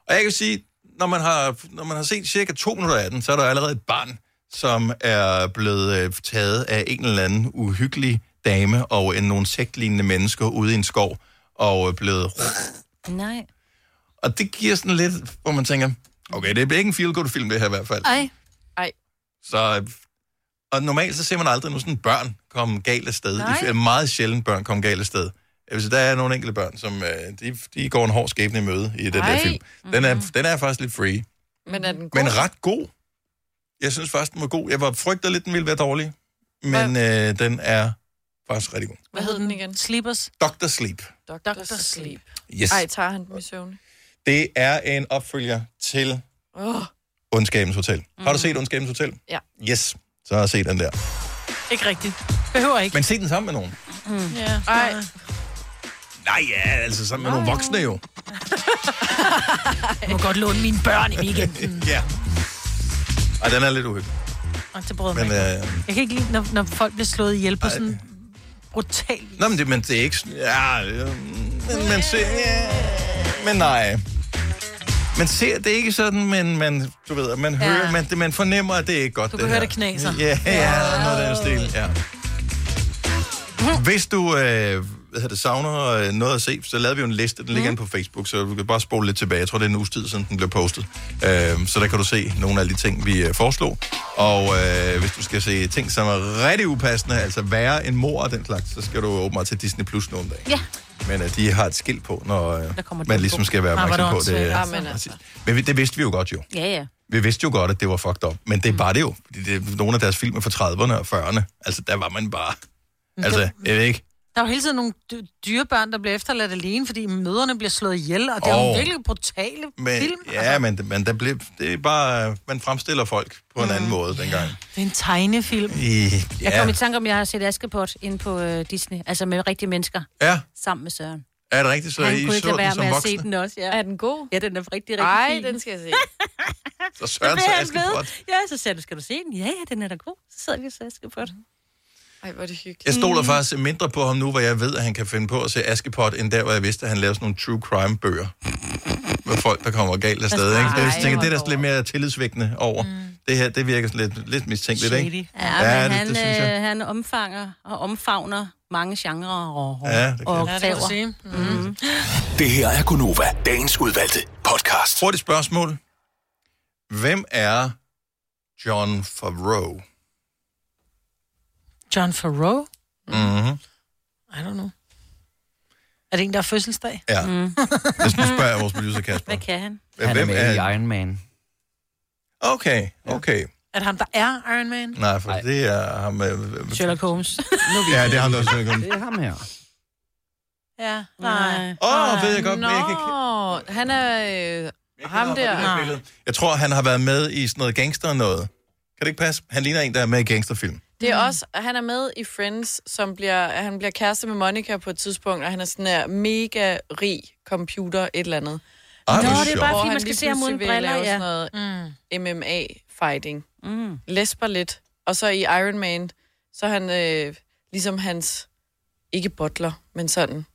Og jeg kan sige, når man har, når man har set cirka to minutter af den, så er der allerede et barn, som er blevet øh, taget af en eller anden uhyggelig dame og en nogle sektlignende mennesker ude i en skov, og er blevet
Nej.
og det giver sådan lidt, hvor man tænker, okay, det bliver ikke en feel-good-film, det her i hvert fald.
Ej.
Ej.
Så, Og normalt så ser man aldrig nogen sådan børn komme galt af sted.
Nej.
Nej. Meget sjældent børn komme galt af sted. Hvis der er nogle enkelte børn, som øh, de, de går en hård skæbne i møde i den der
Nej.
film. Den er, den er faktisk lidt free.
Men er den god?
Men ret god. Jeg synes faktisk, den var god. Jeg var frygter lidt, den ville være dårlig. Men øh, den er faktisk rigtig god.
Hvad hed den igen?
Sleepers.
Dr. Sleep.
Dr. Dr. Sleep.
Yes.
Ej, tager han dem i søvn?
Det er en opfølger til
Oh,
Undskabens Hotel. Har
Mm.
du set Undskabens Hotel?
ja,
Yes. Så har jeg set den der.
Ikke rigtigt. Behøver ikke.
Men se den sammen med nogen.
Mm. Ja. Ej.
Nej, ja, altså sammen med nogle voksne jo.
Jeg må godt låne mine børn i weekenden.
ja. Ej, den er lidt uhyggelig.
Og til brød
Men,
men, øh...
øh,
Jeg kan ikke lide, når, når folk bliver slået ihjel på sådan brutal...
Nå, men det, men det er ikke... sådan- Ja, øh, men, men, se, ja, men nej. Man ser det er ikke sådan, men man, du ved, man,
Ja.
ja. hører, man, det- man fornemmer, at det er ikke godt,
Du kan
det
høre,
her.
det knaser.
Ja, ja, noget af den stil, ja. Hvis du øh, hvad hedder det, savner øh, noget at se, så lavede vi jo en liste, den
Mhm.
ligger mm. inde på Facebook, så du kan bare spole lidt tilbage. Jeg tror, det er en uges tid, siden den blev postet. Øh, så der kan du se nogle af de ting, vi øh, foreslog. Og øh, hvis du skal se ting, som er rigtig upassende, altså værre end mor og den slags, så skal du åbenbart til Disney Plus nogle dage.
Ja.
Men øh, de har et skilt på, når øh, man ligesom skal være
Ah, hvor er det
opmærksom på det.
åndssvagt, altså.
men, altså. men vi- det vidste vi jo godt jo.
Ja, ja.
Vi vidste jo godt, at det var fucked up, men
Mm.
det var det jo. Fordi det, nogle af deres film er fra 30'erne og 40'erne. Altså, der var man bare... Altså, jeg ved ikke.
Der er jo hele tiden nogle dy- dyrebørn, der bliver efterladt alene, fordi møderne bliver slået ihjel, og det er jo
Åh.
oh. virkelig brutale
Men,
film. altså.
Altså-
ja, men, men der blev, det er bare... øh, Man fremstiller folk på en anden måde dengang.
Det er en tegnefilm.
I,
Mm. Jeg kom
ja.
i tanke om, at jeg har set Askepot inde på øh, Disney, altså med rigtige mennesker,
ja,
sammen med Søren.
er det rigtigt, så
Han
Øh, I
kunne
så
ikke lade
den
være
som
med at se
voksne?
den også, ja.
Er den god?
Ja, den er rigtig, rigtig
Ej,
fin.
den skal jeg se.
Så Søren til Askepot.
Ja, så sagde du, skal du se den? Ja, ja, den er da god. Så sidder vi og ser Askepot.
Ej, hvor er det hyggeligt.
Jeg stoler
Mm.
faktisk mindre på ham nu, hvor jeg ved, at han kan finde på at se Askepot, end der, hvor jeg vidste, at han lavede sådan nogle true crime bøger. Med folk, der kommer galt af sted. Ikke? Så Jeg
Ej,
tænker,
hvor
det er der sådan lidt mere tillidsvækkende over. Mm. Det her, det virker sådan lidt, lidt mistænkeligt, ikke?
Ja, ja men
det,
han,
det synes jeg.
øh, han omfanger og omfavner mange genrer og, og,
Ja, det kan
og
jeg. Ja, det kan du
oktaver.
sige.
Mm.
Det her er Gunova, dagens udvalgte podcast.
Hurtigt spørgsmål. Hvem er John Favreau?
John Farrow?
Mm-hmm.
I don't know. Er det en, der har fødselsdag?
Ja. Mm. Hvis nu spørger jeg vores producer Kasper.
Hvad kan han?
Han er
Hvem
med i Iron Man.
Okay, okay.
Er det ham, der er Iron Man?
Nej, for det er ham... øh,
Sherlock Holmes.
Ja, det er ham, der er Sherlock Holmes.
Det er ham her.
Ja, nej.
Åh, ved jeg godt, men jeg kan-
Nå, han er øh, ham der.
Nej. Jeg tror, han har været med i sådan noget gangster noget. Kan det ikke passe? Han ligner en, der er med i gangsterfilm.
Det
Mm.
er også, han er med i Friends, som bliver, han bliver kæreste med Monica på et tidspunkt, og han er sådan her mega rig computer, et eller andet.
Ej, hvor
Nå, det er bare
sjovt.
fordi, man skal se ham uden briller,
ja.
ja.
sådan noget MMA-fighting.
Mm.
Lesber lidt. Og så i Iron Man, så er han øh, ligesom hans, ikke butler, men sådan.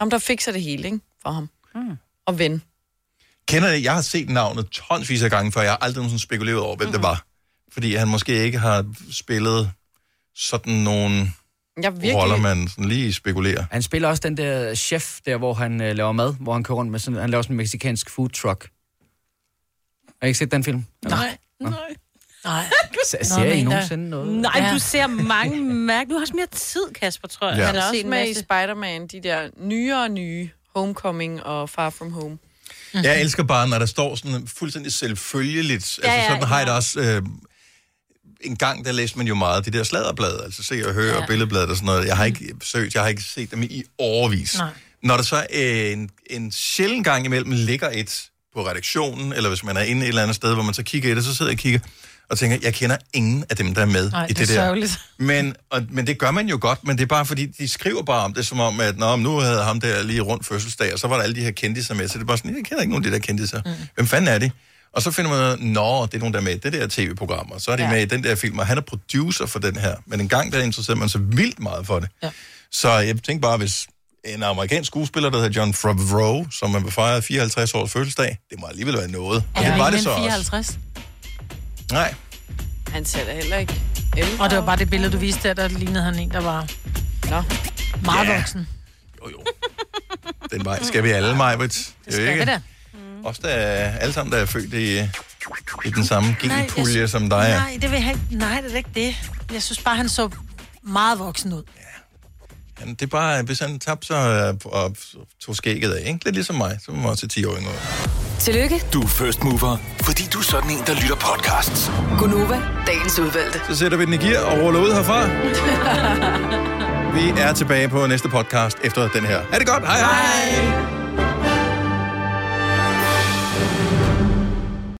Ham, der fikser det hele, ikke? For ham. Mm. Og ven.
Kender det? Jeg har set navnet tonsvis af gange, før jeg har aldrig nogensinde spekuleret over, hvem det var. Fordi han måske ikke har spillet sådan nogle
Jeg virkelig...
roller, man sådan lige spekulerer.
Han spiller også den der chef der, hvor han øh, laver mad, hvor han kører rundt med sådan, han laver sådan en meksikansk food truck. Har I ikke set den film?
Nej. Nej. Nej.
Ser- ser I
men der-
nogensinde noget?
Nej,
Ja.
du ser mange mærke. Du har også mere tid, Kasper, tror jeg.
Ja. Han
Jeg
er
har set
også
en
med i
masse.
Spider-Man, de der nye og nye, Homecoming og Far From Home.
Mm-hmm.
Jeg elsker bare, når der står sådan fuldstændig selvfølgeligt. Ja,
Ja,
altså
ja,
sådan har jeg
ja.
det også... Øh, en gang, der læste man jo meget af de der sladderblade, altså se og høre ja. og billedbladet og sådan noget. Jeg har ikke søgt, jeg har ikke set dem i årevis.
Nej.
Når der så øh, en, en sjælden gang imellem ligger et på redaktionen, eller hvis man er inde et eller andet sted, hvor man så kigger i det, så sidder jeg og kigger og tænker, jeg kender ingen af dem, der er med
Nej,
i
det
det,
er
der.
sørgeligt.
Men, og, men det gør man jo godt, men det er bare fordi, de skriver bare om det, som om, at Nå, men nu havde ham der lige rundt fødselsdag, og så var der alle de her kendiser med, så det er bare sådan, jeg kender ikke nogen af de der kendiser. Mm. Hvem fanden er det? Og så finder man ud af, nå, det er nogen, der er med i det der tv-program, og så er de ja. med i den der film, og han er producer for den her. Men en gang, der interesserede man sig vildt meget for det. Ja. Så jeg tænkte bare, hvis en amerikansk skuespiller, der hedder John Favreau, som man fejrede 54 års fødselsdag, det må alligevel være noget. Og det var det så også.
54? Også.
Nej.
Han ser da heller ikke.
Og det var bare det billede, du viste der, der lignede han en, der var
Nå.
meget
Ja.
yeah. voksen.
Den vej skal vi alle, Majbrit. Det
Skal vi da?
Os, der er alle sammen, der er født i, i den samme
Nej, jeg
genpulje
sy-
som dig. er.
Nej, det vil jeg ikke. Nej, det er da ikke det. jeg synes bare, han så meget voksen ud.
Han, det er bare, hvis han tabte sig øh, og tog skægget af, ikke? Lidt ligesom mig, så var man også 10 år yngre.
Tillykke.
Du er first mover, fordi du er sådan en, der lytter podcasts.
Gunova, dagens udvalgte.
Så sætter vi den i gear og ruller ud herfra. Vi er tilbage på næste podcast efter den her. Er det godt? Hej hej! hej.